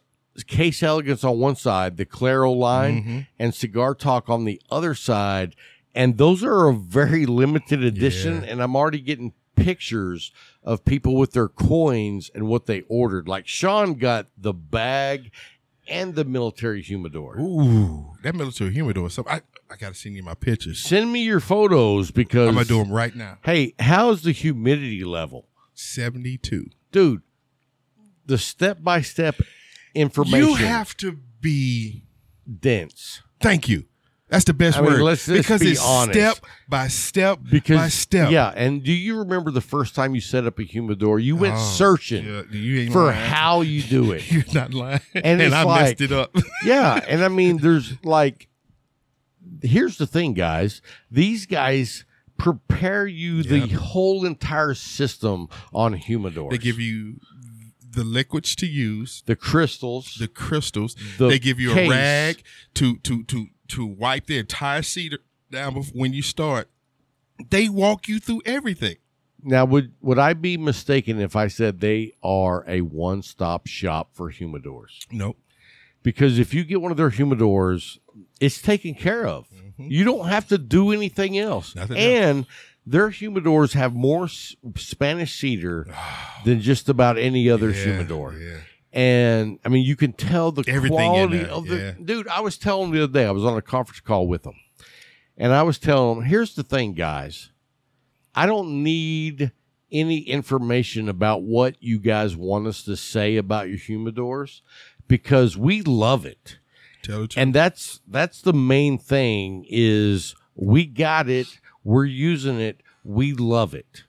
Speaker 3: case elegance on one side the claro line
Speaker 4: Mm-hmm.
Speaker 3: and cigar talk on the other side and those are a very limited edition and i'm already getting pictures of people with their coins and what they ordered like sean got the bag and the military humidor
Speaker 4: Ooh, that military humidor. or Something I, I gotta send you my pictures.
Speaker 3: send me your photos because
Speaker 4: I'm gonna do them right now.
Speaker 3: hey how's the humidity level
Speaker 4: Seventy-two.
Speaker 3: dude, the step by step information
Speaker 4: You have to be.
Speaker 3: dense.
Speaker 4: Thank you. That's the best
Speaker 3: I mean,
Speaker 4: word
Speaker 3: let's just
Speaker 4: because
Speaker 3: be
Speaker 4: it's
Speaker 3: honest.
Speaker 4: step by step
Speaker 3: Because
Speaker 4: by step.
Speaker 3: yeah, and do you remember the first time you set up a humidor? You went
Speaker 4: Oh,
Speaker 3: searching
Speaker 4: yeah, you ain't
Speaker 3: for
Speaker 4: lying.
Speaker 3: how you do it.
Speaker 4: You're not lying,
Speaker 3: And it's
Speaker 4: I
Speaker 3: like-
Speaker 4: messed it up.
Speaker 3: yeah, and I mean, there's like, here's the thing, guys. These guys prepare you the whole entire system on humidors.
Speaker 4: they give you the liquids to use.
Speaker 3: the crystals,
Speaker 4: the crystals.
Speaker 3: The
Speaker 4: they give you
Speaker 3: case.
Speaker 4: a rag to to to to wipe the entire seat down bef- when you start. They walk you through everything.
Speaker 3: Now, would would I be mistaken if I said they are a one stop shop for humidors?
Speaker 4: Nope.
Speaker 3: Because if you get one of their humidors, it's taken care of. You don't have to do anything else.
Speaker 4: Mm-hmm. Nothing
Speaker 3: and their humidors have more s- Spanish cedar than just about any other humidor.
Speaker 4: Yeah.
Speaker 3: And I mean, you can tell the
Speaker 4: Everything in
Speaker 3: quality
Speaker 4: there,
Speaker 3: of the
Speaker 4: yeah.
Speaker 3: dude. I was telling the other day, I was on a conference call with them, and I was telling them, here's the thing, guys. I don't need any information about what you guys want us to say about your humidors because we love it.
Speaker 4: Tell the truth.
Speaker 3: And that's that's the main thing is we got it, we're using it, we love it.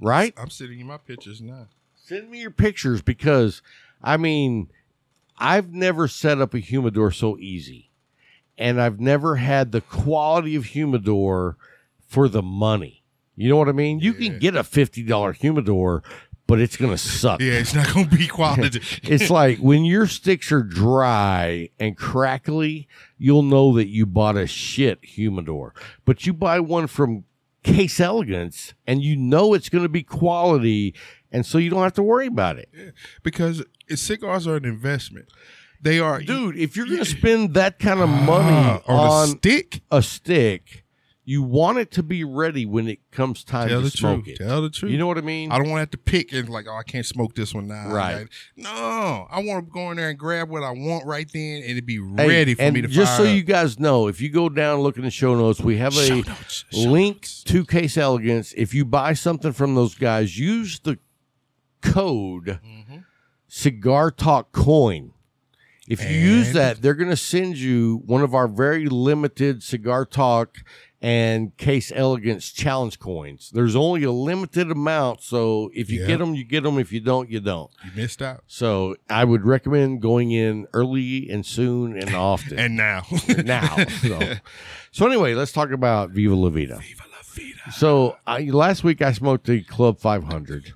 Speaker 3: Right?
Speaker 4: I'm sending you my pictures now.
Speaker 3: send me your pictures because I mean, I've never set up a humidor so easy, and I've never had the quality of humidor for the money. You know what I mean? You can get a fifty dollar humidor, but it's gonna suck.
Speaker 4: Yeah, it's not gonna be quality.
Speaker 3: It's like when your sticks are dry and crackly, you'll know that you bought a shit humidor. But you buy one from Case Elegance and you know it's going to be quality, and so you don't have to worry about it.
Speaker 4: because it's, cigars are an investment. They are
Speaker 3: Dude, if you're going to spend that kind of money
Speaker 4: Ah, on a
Speaker 3: on
Speaker 4: stick.
Speaker 3: a stick, you want it to be ready when it comes time
Speaker 4: Tell
Speaker 3: to
Speaker 4: the
Speaker 3: smoke
Speaker 4: truth.
Speaker 3: it.
Speaker 4: Tell the truth.
Speaker 3: You know what I mean?
Speaker 4: I don't want to have to pick and like, oh, I can't smoke this one now.
Speaker 3: Right.
Speaker 4: Like, no, I want to go in there and grab what I want right then, and it be
Speaker 3: Hey,
Speaker 4: ready for
Speaker 3: and
Speaker 4: me to
Speaker 3: just
Speaker 4: fire
Speaker 3: so
Speaker 4: up.
Speaker 3: you guys know if you go down and look in the show notes we have
Speaker 4: Show
Speaker 3: a
Speaker 4: notes, show
Speaker 3: link
Speaker 4: notes.
Speaker 3: to case elegance if you buy something from those guys use the code
Speaker 4: Mm-hmm.
Speaker 3: cigar talk coin if you use
Speaker 4: And-
Speaker 3: that they're going to send you one of our very limited cigar talk and case elegance challenge coins there's only a limited amount so if you
Speaker 4: Yeah.
Speaker 3: get them you get them if you don't you don't
Speaker 4: You missed out.
Speaker 3: so i would recommend going in early and soon and often
Speaker 4: And now,
Speaker 3: now. So, so anyway, let's talk about Viva La Vida.
Speaker 4: Viva la vida.
Speaker 3: So I, last week I smoked the Club 500.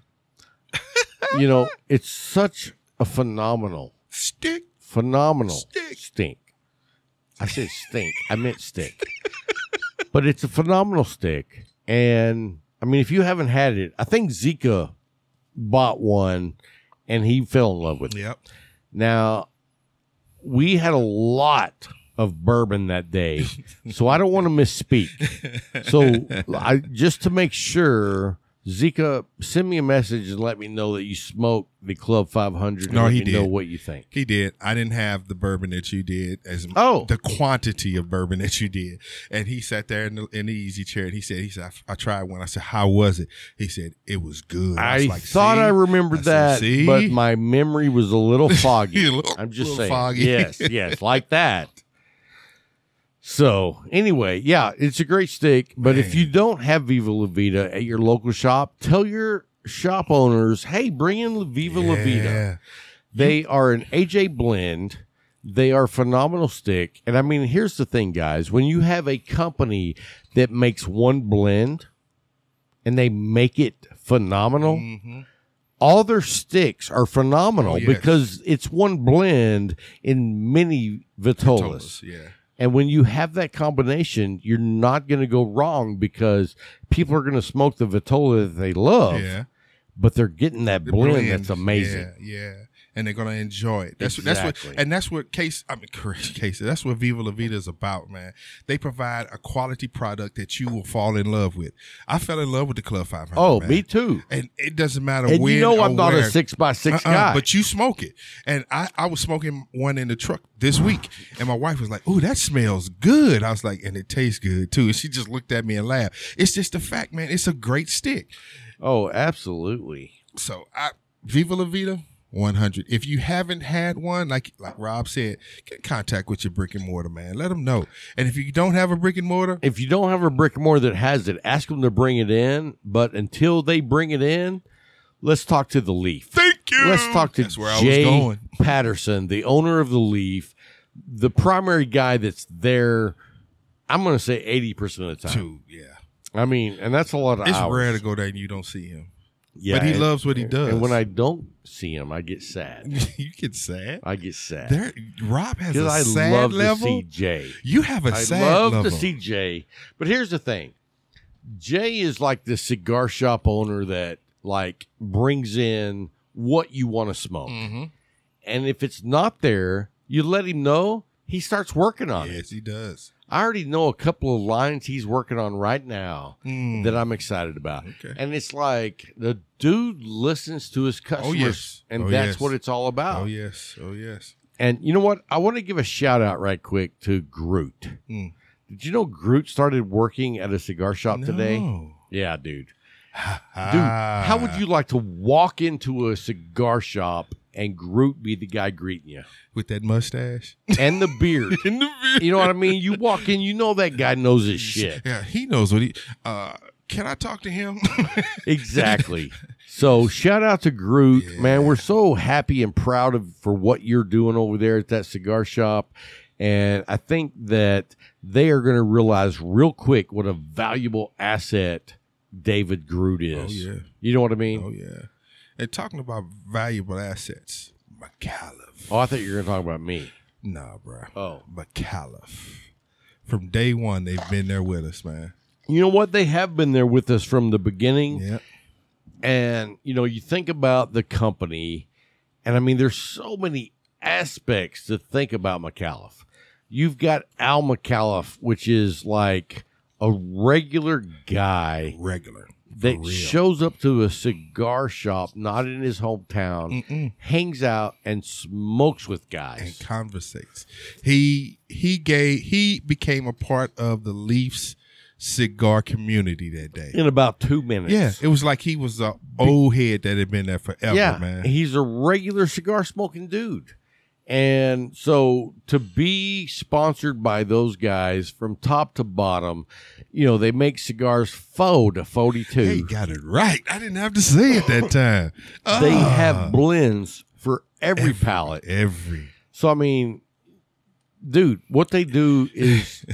Speaker 3: you know, it's such a phenomenal,
Speaker 4: Stick.
Speaker 3: phenomenal
Speaker 4: Stink.
Speaker 3: stink. I said stink. I meant stick. but it's a phenomenal stick. And I mean, if you haven't had it, I think Zika bought one and he fell in love with it.
Speaker 4: Yep.
Speaker 3: Now, we had a lot of bourbon that day, so I don't want to misspeak. So, I just to make sure, Zika, send me a message and let me know that you smoked the Club 500. and
Speaker 4: No,
Speaker 3: let
Speaker 4: he
Speaker 3: me know
Speaker 4: did.
Speaker 3: what you think.
Speaker 4: He did. I didn't have the bourbon that you did as
Speaker 3: Oh.
Speaker 4: the quantity of bourbon that you did. And he sat there in the, in the easy chair and he said, he said, I, I tried one. I said, how was it? He said, it was good.
Speaker 3: I,
Speaker 4: was like,
Speaker 3: thought
Speaker 4: "See?"
Speaker 3: I remembered
Speaker 4: I
Speaker 3: that,
Speaker 4: said, "See?"
Speaker 3: but my memory was a little foggy.
Speaker 4: A little-
Speaker 3: I'm just
Speaker 4: little
Speaker 3: saying.
Speaker 4: foggy.
Speaker 3: Yes, yes, like that. So anyway, yeah, it's a great steak. But if you don't have Viva La Vida at your local shop, tell your shop owners, hey, bring in Viva La Vida.
Speaker 4: Yeah.
Speaker 3: They are an AJ blend. They are phenomenal stick. And I mean, here's the thing, guys. When you have a company that makes one blend and they make it phenomenal,
Speaker 4: Mm. Mm-hmm.
Speaker 3: all their sticks are phenomenal
Speaker 4: Oh, yes.
Speaker 3: because it's one blend in many Vitolas.
Speaker 4: Tolas, Yeah.
Speaker 3: And when you have that combination, you're not going to go wrong because people are going to smoke the Vitola that they love,
Speaker 4: Yeah.
Speaker 3: but they're getting that
Speaker 4: The
Speaker 3: blend,
Speaker 4: blend,
Speaker 3: that's amazing.
Speaker 4: Yeah, yeah. And they're gonna enjoy it. That's that's
Speaker 3: Exactly.
Speaker 4: what and that's what case I mean correct case. That's what Viva La Vida is about, man. They provide a quality product that you will fall in love with. I fell in love with the Club Five Hundred.
Speaker 3: Oh, me too.
Speaker 4: And it doesn't matter
Speaker 3: And
Speaker 4: when.
Speaker 3: you know
Speaker 4: or
Speaker 3: I'm not
Speaker 4: where.
Speaker 3: a six by 6
Speaker 4: Uh-uh,
Speaker 3: guy.
Speaker 4: But you smoke it. And I, I was smoking one in the truck this week. And my wife was like, Oh, that smells good. I was like, And it tastes good too. And she just looked at me and laughed. It's just a fact, man. It's a great stick.
Speaker 3: oh, absolutely.
Speaker 4: So I Viva La Vida 100. If you haven't had one, like like Rob said, get in contact with your brick and mortar man. Let them know. And if you don't have a brick and mortar,
Speaker 3: If you don't have a brick and mortar that has it, ask them to bring it in. But until they bring it in, let's talk to the Leaf.
Speaker 4: thank you.
Speaker 3: Let's talk to
Speaker 4: That's where
Speaker 3: Jay
Speaker 4: I was going.
Speaker 3: Patterson, the owner of the Leaf, the primary guy that's there. I'm going to say 80 percent of the time.
Speaker 4: Too, yeah.
Speaker 3: I mean, and that's a lot of
Speaker 4: It's
Speaker 3: hours.
Speaker 4: rare to go there and you don't see him.
Speaker 3: Yeah,
Speaker 4: but he
Speaker 3: and-
Speaker 4: loves what he does.
Speaker 3: And when I don't see him, I get sad.
Speaker 4: you get sad.
Speaker 3: I get sad
Speaker 4: There Rob has
Speaker 3: because
Speaker 4: a
Speaker 3: I
Speaker 4: sad
Speaker 3: love
Speaker 4: level.
Speaker 3: to see Jay.
Speaker 4: You have a
Speaker 3: I
Speaker 4: sad
Speaker 3: love
Speaker 4: level.
Speaker 3: to see Jay. But here's the thing. Jay is like the cigar shop owner that like brings in what you want to smoke.
Speaker 4: Mm.
Speaker 3: And if it's not there, you let him know. He starts working on it.
Speaker 4: Yes, he does.
Speaker 3: I already know a couple of lines he's working on right now
Speaker 4: Mm.
Speaker 3: that I'm excited about.
Speaker 4: Okay.
Speaker 3: And it's like the dude listens to his customers
Speaker 4: yes.
Speaker 3: and
Speaker 4: Oh,
Speaker 3: that's
Speaker 4: yes.
Speaker 3: what it's all about.
Speaker 4: Oh yes. Oh yes.
Speaker 3: And you know what? I want to give a shout out right quick to Groot.
Speaker 4: Mm.
Speaker 3: Did you know Groot started working at a cigar shop today?
Speaker 4: No.
Speaker 3: Yeah, dude. Dude,
Speaker 4: Ah.
Speaker 3: how would you like to walk into a cigar shop and Groot be the guy greeting you?
Speaker 4: with that mustache?
Speaker 3: And the beard.
Speaker 4: In the video.
Speaker 3: you know what I mean? You walk in, you know that guy knows his shit.
Speaker 4: Yeah, he knows what he. Uh, can I talk to him?
Speaker 3: Exactly. So shout out to Groot, man. We're so happy and proud of for what you're doing over there at that cigar shop. And I think that they are going to realize real quick what a valuable asset David Groot is.
Speaker 4: Oh, yeah.
Speaker 3: You know what I mean?
Speaker 4: oh yeah. And talking about valuable assets, McAuliffe.
Speaker 3: Oh, I thought you were going to talk about me.
Speaker 4: Nah, bro.
Speaker 3: Oh.
Speaker 4: McAuliffe. From day one, they've been there with us, man.
Speaker 3: You know what? They have been there with us from the beginning.
Speaker 4: Yeah.
Speaker 3: And, you know, you think about the company, and I mean, there's so many aspects to think about McAuliffe. You've got Al McAuliffe, which is like a regular guy
Speaker 4: Regular.
Speaker 3: that
Speaker 4: real.
Speaker 3: shows up to a cigar shop, not in his hometown, hangs out and smokes with
Speaker 4: and
Speaker 3: guys.
Speaker 4: conversates. He he gave he became a part of the Leafs cigar community that day.
Speaker 3: in about two minutes.
Speaker 4: Yeah, it was like he was a old head that had been there forever,
Speaker 3: yeah,
Speaker 4: man.
Speaker 3: he's a regular cigar smoking dude. And so to be sponsored by those guys from top to bottom, you know, they make cigars faux to 42.
Speaker 4: He got it right. I didn't have to say it that time. Ah,
Speaker 3: they have blends for every palate.
Speaker 4: every
Speaker 3: So I mean, dude, what they do is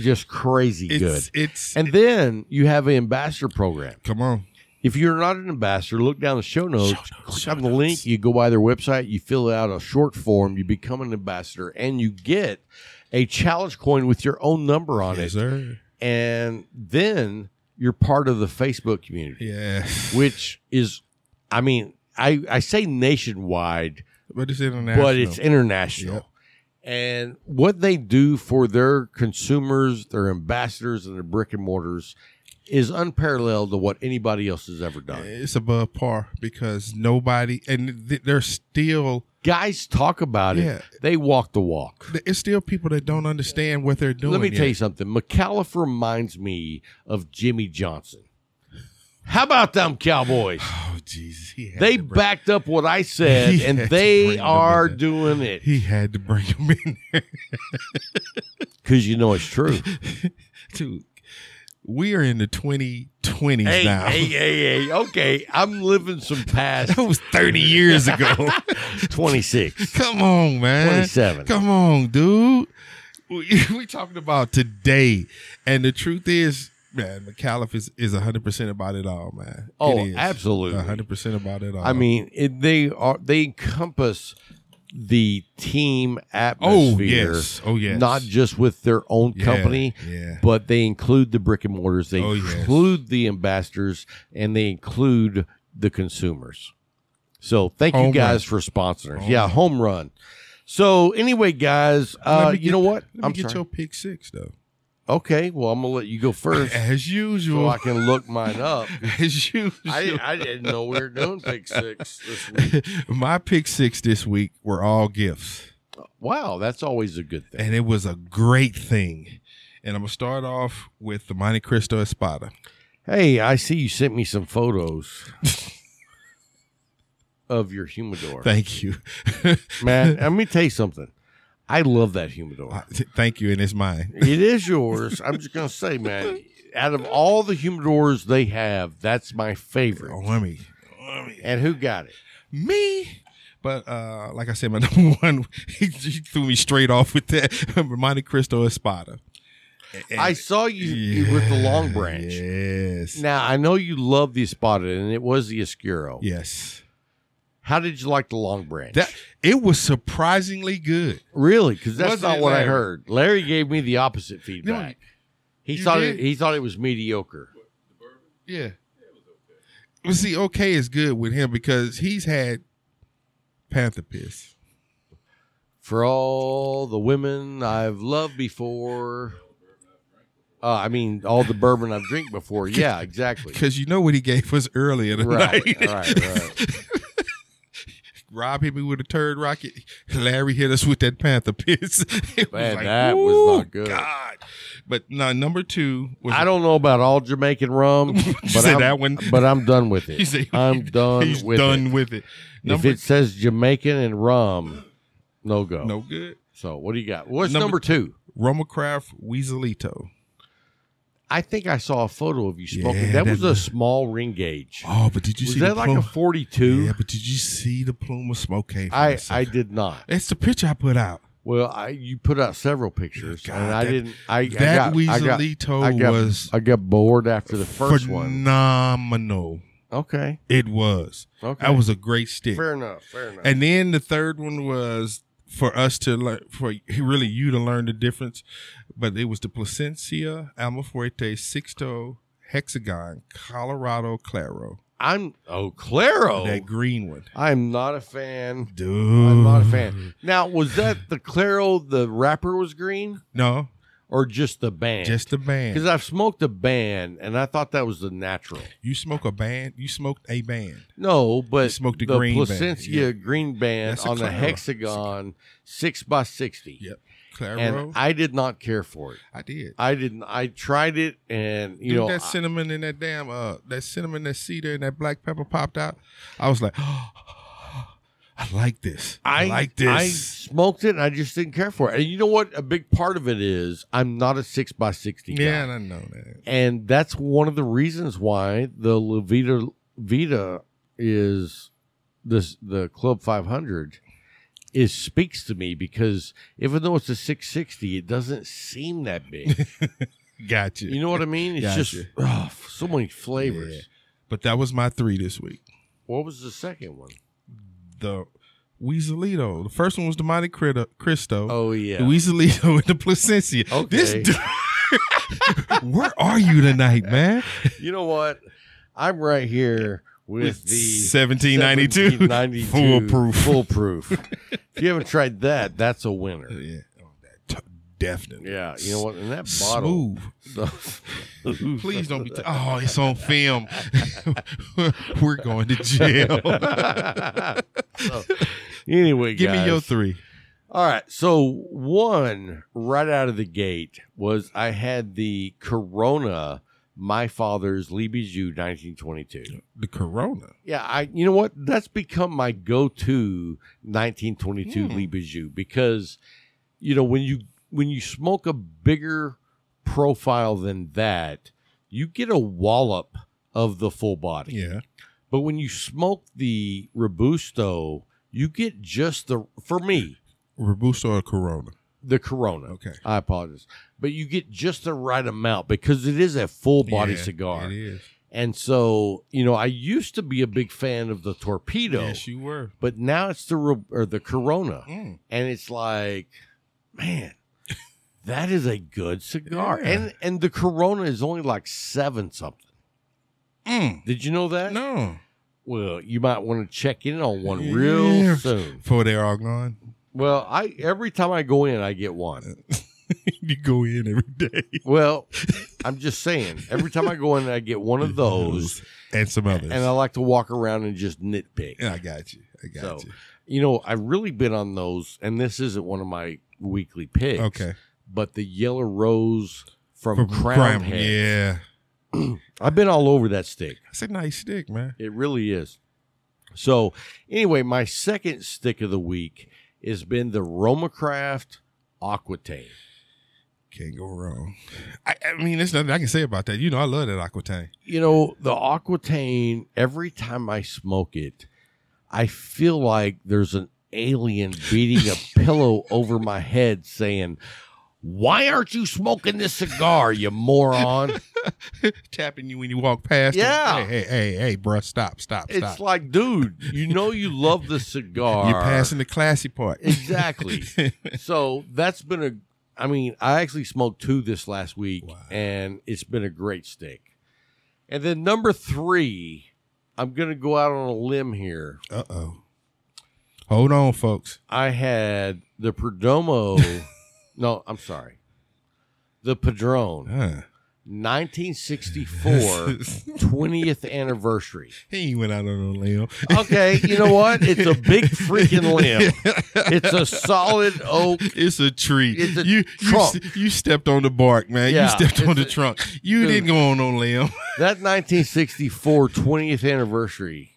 Speaker 3: just crazy good.
Speaker 4: it's it's
Speaker 3: And then you have an ambassador program.
Speaker 4: come on.
Speaker 3: If you're not an ambassador, look down the show notes, click on the link, you go by their website, you fill out a short form, you become an ambassador, and you get a challenge coin with your own number on
Speaker 4: Yes,
Speaker 3: it.
Speaker 4: sir.
Speaker 3: And then you're part of the Facebook community,
Speaker 4: Yeah.
Speaker 3: which is, I mean, I, I say nationwide,
Speaker 4: But it's international.
Speaker 3: but it's international.
Speaker 4: Yep.
Speaker 3: And what they do for their consumers, their ambassadors, and their brick and mortars is unparalleled to what anybody else has ever done.
Speaker 4: it's above par because nobody and th- there's still
Speaker 3: Guys talk about
Speaker 4: Yeah.
Speaker 3: it, they walk the walk.
Speaker 4: it's still people that don't understand what they're doing.
Speaker 3: Let me
Speaker 4: yet.
Speaker 3: tell you something. McAuliffe reminds me of Jimmy Johnson. How about them Cowboys?
Speaker 4: Oh Jesus, he had
Speaker 3: They
Speaker 4: to bring-
Speaker 3: backed up what I said,
Speaker 4: He
Speaker 3: and
Speaker 4: had to bring
Speaker 3: they
Speaker 4: them
Speaker 3: are
Speaker 4: in.
Speaker 3: doing it
Speaker 4: He had to bring him in there
Speaker 3: because you know it's true.
Speaker 4: too. We are in the twenty twenties
Speaker 3: hey,
Speaker 4: now.
Speaker 3: hey, hey, hey. Okay, I'm living some past
Speaker 4: That was thirty years ago.
Speaker 3: 26.
Speaker 4: Come on, man.
Speaker 3: 27.
Speaker 4: Come on, dude. We, we talking about today, and the truth is, man, McAuliffe is is hundred percent about it all, man.
Speaker 3: Oh,
Speaker 4: it is.
Speaker 3: absolutely.
Speaker 4: hundred percent about it all.
Speaker 3: I mean, it, they are they encompass the team
Speaker 4: oh
Speaker 3: atmosphere.
Speaker 4: yes, oh yes,
Speaker 3: Not just with their own
Speaker 4: Yeah,
Speaker 3: company,
Speaker 4: yeah.
Speaker 3: but they include the brick and mortars. They
Speaker 4: Oh, yes.
Speaker 3: include the ambassadors, and they include the consumers. So thank you
Speaker 4: Home
Speaker 3: guys
Speaker 4: run.
Speaker 3: for sponsoring.
Speaker 4: Home
Speaker 3: yeah,
Speaker 4: run.
Speaker 3: home run. So anyway, guys,
Speaker 4: Let
Speaker 3: uh,
Speaker 4: me
Speaker 3: you
Speaker 4: get-
Speaker 3: know what?
Speaker 4: Let me
Speaker 3: I'm
Speaker 4: get
Speaker 3: sorry.
Speaker 4: your pick six though,
Speaker 3: okay, well I'm gonna let you go first,
Speaker 4: as
Speaker 3: so
Speaker 4: usual.
Speaker 3: I can look mine up.
Speaker 4: as usual.
Speaker 3: I, I didn't know we were doing pick six this week.
Speaker 4: My pick six this week were all gifts,
Speaker 3: Wow, that's always a good thing.
Speaker 4: and it was a great thing. And I'm gonna start off with the Monte Cristo Espada.
Speaker 3: Hey, I see you sent me some photos of your humidor.
Speaker 4: Thank you,
Speaker 3: Man, let me tell you something. I love that humidor.
Speaker 4: I- thank you, and it's mine.
Speaker 3: it is yours. I'm just gonna say, man, out of all the humidors they have, that's my favorite.
Speaker 4: Oh, me,
Speaker 3: And who got it?
Speaker 4: me. But uh, like I said, my number one, he threw me straight off with that Monte Cristo Espada. And-
Speaker 3: I saw you, you with the long branch.
Speaker 4: Yes,
Speaker 3: Now I know you love the spotted, and it was the Oscuro.
Speaker 4: yes.
Speaker 3: How did you like the long branch?
Speaker 4: That it was surprisingly good.
Speaker 3: Really? Because that's
Speaker 4: Wasn't
Speaker 3: not
Speaker 4: it
Speaker 3: what I
Speaker 4: Larry?
Speaker 3: heard. Larry gave me the opposite feedback. he
Speaker 4: you
Speaker 3: thought
Speaker 4: did?
Speaker 3: it, he thought it was mediocre.
Speaker 4: Yeah. But see, okay is good with him because he's had Panther piss.
Speaker 3: For all the women I've loved before, uh, I mean, all the bourbon I've drank before. Yeah, exactly.
Speaker 4: Because you know what he gave us earlier
Speaker 3: Right,
Speaker 4: tonight.
Speaker 3: right, right.
Speaker 4: Rob hit me with a turd rocket. Larry hit us with that Panther piss. It
Speaker 3: Man, that was
Speaker 4: "Ooh,
Speaker 3: not good."
Speaker 4: God. But no, number two was
Speaker 3: I don't know about all Jamaican rum, but
Speaker 4: say
Speaker 3: I'm,
Speaker 4: that one?
Speaker 3: But I'm done with it.
Speaker 4: He's a-
Speaker 3: I'm done
Speaker 4: he's
Speaker 3: with
Speaker 4: done
Speaker 3: it.
Speaker 4: with it.
Speaker 3: If
Speaker 4: Number
Speaker 3: it says Jamaican and rum, no go.
Speaker 4: no good.
Speaker 3: So what do you got? What's
Speaker 4: Number-
Speaker 3: number two?
Speaker 4: Rummelcraft Weaselito.
Speaker 3: I think I saw a photo of you smoking.
Speaker 4: Yeah,
Speaker 3: that,
Speaker 4: that-
Speaker 3: was a small ring gauge.
Speaker 4: Oh, but did you
Speaker 3: was
Speaker 4: see
Speaker 3: that
Speaker 4: the
Speaker 3: like
Speaker 4: plume?
Speaker 3: a 42?
Speaker 4: Yeah, but did you see the plume of smoke came? from
Speaker 3: I
Speaker 4: this
Speaker 3: I
Speaker 4: sucker?
Speaker 3: did not.
Speaker 4: It's the picture I put out.
Speaker 3: Well, I you put out several pictures,
Speaker 4: God,
Speaker 3: and I
Speaker 4: that-
Speaker 3: didn't. I I
Speaker 4: that
Speaker 3: got, I got,
Speaker 4: Weaselito
Speaker 3: I got,
Speaker 4: was
Speaker 3: I got bored after the first one.
Speaker 4: phenomenal.
Speaker 3: Okay.
Speaker 4: It was.
Speaker 3: Okay.
Speaker 4: That was a great stick.
Speaker 3: Fair enough. Fair enough.
Speaker 4: And then the third one was for us to learn, for really you to learn the difference. But it was the Placencia Almafuerte Sixto Hexagon Colorado Claro.
Speaker 3: I'm oh Claro.
Speaker 4: That green one.
Speaker 3: I'm not a fan.
Speaker 4: Dude.
Speaker 3: I'm not a fan. Now, was that the Claro the wrapper was green
Speaker 4: No,
Speaker 3: or just the band?
Speaker 4: just a
Speaker 3: because
Speaker 4: band.
Speaker 3: I've smoked a band and I thought that was the natural.
Speaker 4: You smoke a band. You smoked a band.
Speaker 3: No, but
Speaker 4: smoked the green band,
Speaker 3: Placencia
Speaker 4: yeah.
Speaker 3: green band
Speaker 4: That's a
Speaker 3: on a
Speaker 4: Claro.
Speaker 3: hexagon six by sixty.
Speaker 4: Yep. Claro.
Speaker 3: And I did not care for it.
Speaker 4: I did.
Speaker 3: I didn't. I tried it, and you
Speaker 4: Dude,
Speaker 3: know,
Speaker 4: that
Speaker 3: I-
Speaker 4: cinnamon and that damn uh that cinnamon, that cedar, and that black pepper popped out. I was like, I like this. I, like this.
Speaker 3: I smoked it, and I just didn't care for it. And you know what? A big part of it is I'm not a six by sixty guy.
Speaker 4: yeah, and I know that.
Speaker 3: and that's one of the reasons why the La Vida Vida is this the Club 500 is speaks to me because even though it's a 660, it doesn't seem that big.
Speaker 4: Gotcha.
Speaker 3: You know what I mean? It's just
Speaker 4: Gotcha.
Speaker 3: ugh, so many flavors.
Speaker 4: Yeah. But that was my three this week.
Speaker 3: What was the second one?
Speaker 4: The Weaselito. The first one was the Monte Cristo. Cristo.
Speaker 3: Oh yeah,
Speaker 4: The Weaselito and the Placencia.
Speaker 3: Okay.
Speaker 4: This dude. Where are you tonight, man?
Speaker 3: you know what? I'm right here with the
Speaker 4: 1792.
Speaker 3: 1792
Speaker 4: Foolproof.
Speaker 3: Foolproof. if you haven't tried that, that's a winner.
Speaker 4: Yeah. Oh, that t- definitely.
Speaker 3: Yeah, you know what? And that bottle,
Speaker 4: Smooth.
Speaker 3: the-
Speaker 4: Please don't be. T- oh, it's on film. We're going to jail.
Speaker 3: So, anyway,
Speaker 4: Give me
Speaker 3: guys.
Speaker 4: your three.
Speaker 3: All right, so one right out of the gate was I had the Corona, my father's Libby Jew, 1922.
Speaker 4: The Corona.
Speaker 3: Yeah, I. You know what? That's become my go-to
Speaker 4: Hmm.
Speaker 3: 1922 Libijou because, you know, when you when you smoke a bigger profile than that, you get a wallop of the full body.
Speaker 4: Yeah.
Speaker 3: But when you smoke the Robusto, you get just the for me
Speaker 4: Robusto or Corona.
Speaker 3: the Corona.
Speaker 4: Okay.
Speaker 3: I apologize, but you get just the right amount because it is a full body
Speaker 4: Yeah,
Speaker 3: cigar,
Speaker 4: It is.
Speaker 3: and so you know I used to be a big fan of the Torpedo,
Speaker 4: Yes, you were.
Speaker 3: but now it's the Ro- or the Corona,
Speaker 4: Mm.
Speaker 3: and it's like, man. That is a good cigar,
Speaker 4: Yeah.
Speaker 3: and and the Corona is only like seven something.
Speaker 4: Mm.
Speaker 3: Did you know that?
Speaker 4: No.
Speaker 3: Well, you might want to check in on one
Speaker 4: Yeah.
Speaker 3: real soon.
Speaker 4: Before they're all gone.
Speaker 3: Well, I every time I go in, I get one.
Speaker 4: you go in every day.
Speaker 3: Well, I'm just saying, every time I go in, I get one of those,
Speaker 4: And some others.
Speaker 3: and I like to walk around and just nitpick.
Speaker 4: Yeah, I got you. I got
Speaker 3: So,
Speaker 4: you.
Speaker 3: You know, I've really been on those, and this isn't one of my weekly picks.
Speaker 4: Okay.
Speaker 3: but the yellow rose from,
Speaker 4: From
Speaker 3: Crown,
Speaker 4: Crown,
Speaker 3: Head.
Speaker 4: Yeah.
Speaker 3: I've been all over that stick.
Speaker 4: That's a nice stick, man.
Speaker 3: It really is. So, anyway, my second stick of the week has been the Romacraft Aquatane.
Speaker 4: Can't go wrong. I, I mean, there's nothing I can say about that. You know, I love that Aquatane.
Speaker 3: You know, the Aquatane, every time I smoke it, I feel like there's an alien beating a pillow over my head saying, Why aren't you smoking this cigar, you moron?
Speaker 4: Tapping you when you walk past. it.
Speaker 3: Yeah.
Speaker 4: Hey, hey, hey, hey, bruh, stop, stop, stop.
Speaker 3: It's like, dude, you know you love the cigar.
Speaker 4: You're passing the classy part.
Speaker 3: Exactly. so that's been a. I mean, I actually smoked two this last week,
Speaker 4: Wow.
Speaker 3: and it's been a great stick. And then number three, I'm gonna go out on a limb here.
Speaker 4: Uh oh. Hold on, folks.
Speaker 3: I had the Perdomo. no, I'm sorry, the Padrone,
Speaker 4: Huh.
Speaker 3: 1964 20th anniversary.
Speaker 4: He ain't went out on a limb.
Speaker 3: Okay, you know what? It's a big freaking limb. It's a solid oak
Speaker 4: It's a tree.
Speaker 3: It's a
Speaker 4: you,
Speaker 3: trunk.
Speaker 4: You, s- you stepped on the bark, man.
Speaker 3: Yeah,
Speaker 4: you stepped on
Speaker 3: it's
Speaker 4: the
Speaker 3: a-
Speaker 4: trunk. You
Speaker 3: Dude.
Speaker 4: didn't go on no limb.
Speaker 3: That 1964 20th anniversary,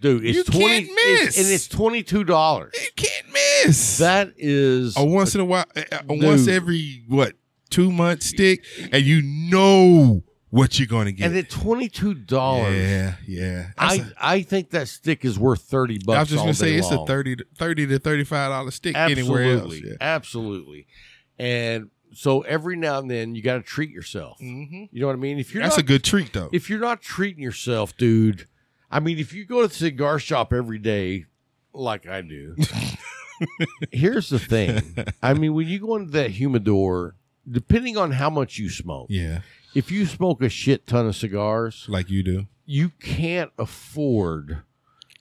Speaker 3: dude. It's
Speaker 4: You
Speaker 3: 20
Speaker 4: can't
Speaker 3: it's-
Speaker 4: miss.
Speaker 3: and it's twenty two dollars.
Speaker 4: you can't miss.
Speaker 3: That is
Speaker 4: a once in a while, a, a once every what two month stick, and you know what you're gonna get.
Speaker 3: and at twenty two dollars,
Speaker 4: yeah, yeah. That's
Speaker 3: I
Speaker 4: a-
Speaker 3: I think that stick is worth thirty bucks.
Speaker 4: I was just
Speaker 3: all
Speaker 4: gonna say
Speaker 3: day
Speaker 4: it's
Speaker 3: long.
Speaker 4: a 30 to, 30 to thirty five dollar stick
Speaker 3: Absolutely,
Speaker 4: anywhere else. Yeah.
Speaker 3: absolutely. And so every now and then you got to treat yourself.
Speaker 4: Mhm.
Speaker 3: You know what I mean? If Mm-hmm. you're
Speaker 4: That's
Speaker 3: not,
Speaker 4: a good treat though.
Speaker 3: if you're not treating yourself, dude, I mean, if you go to the cigar shop every day, like I do, here's the thing. I mean, when you go into that humidor, depending on how much you smoke,
Speaker 4: yeah,
Speaker 3: if you smoke a shit ton of cigars,
Speaker 4: like you do
Speaker 3: you can't afford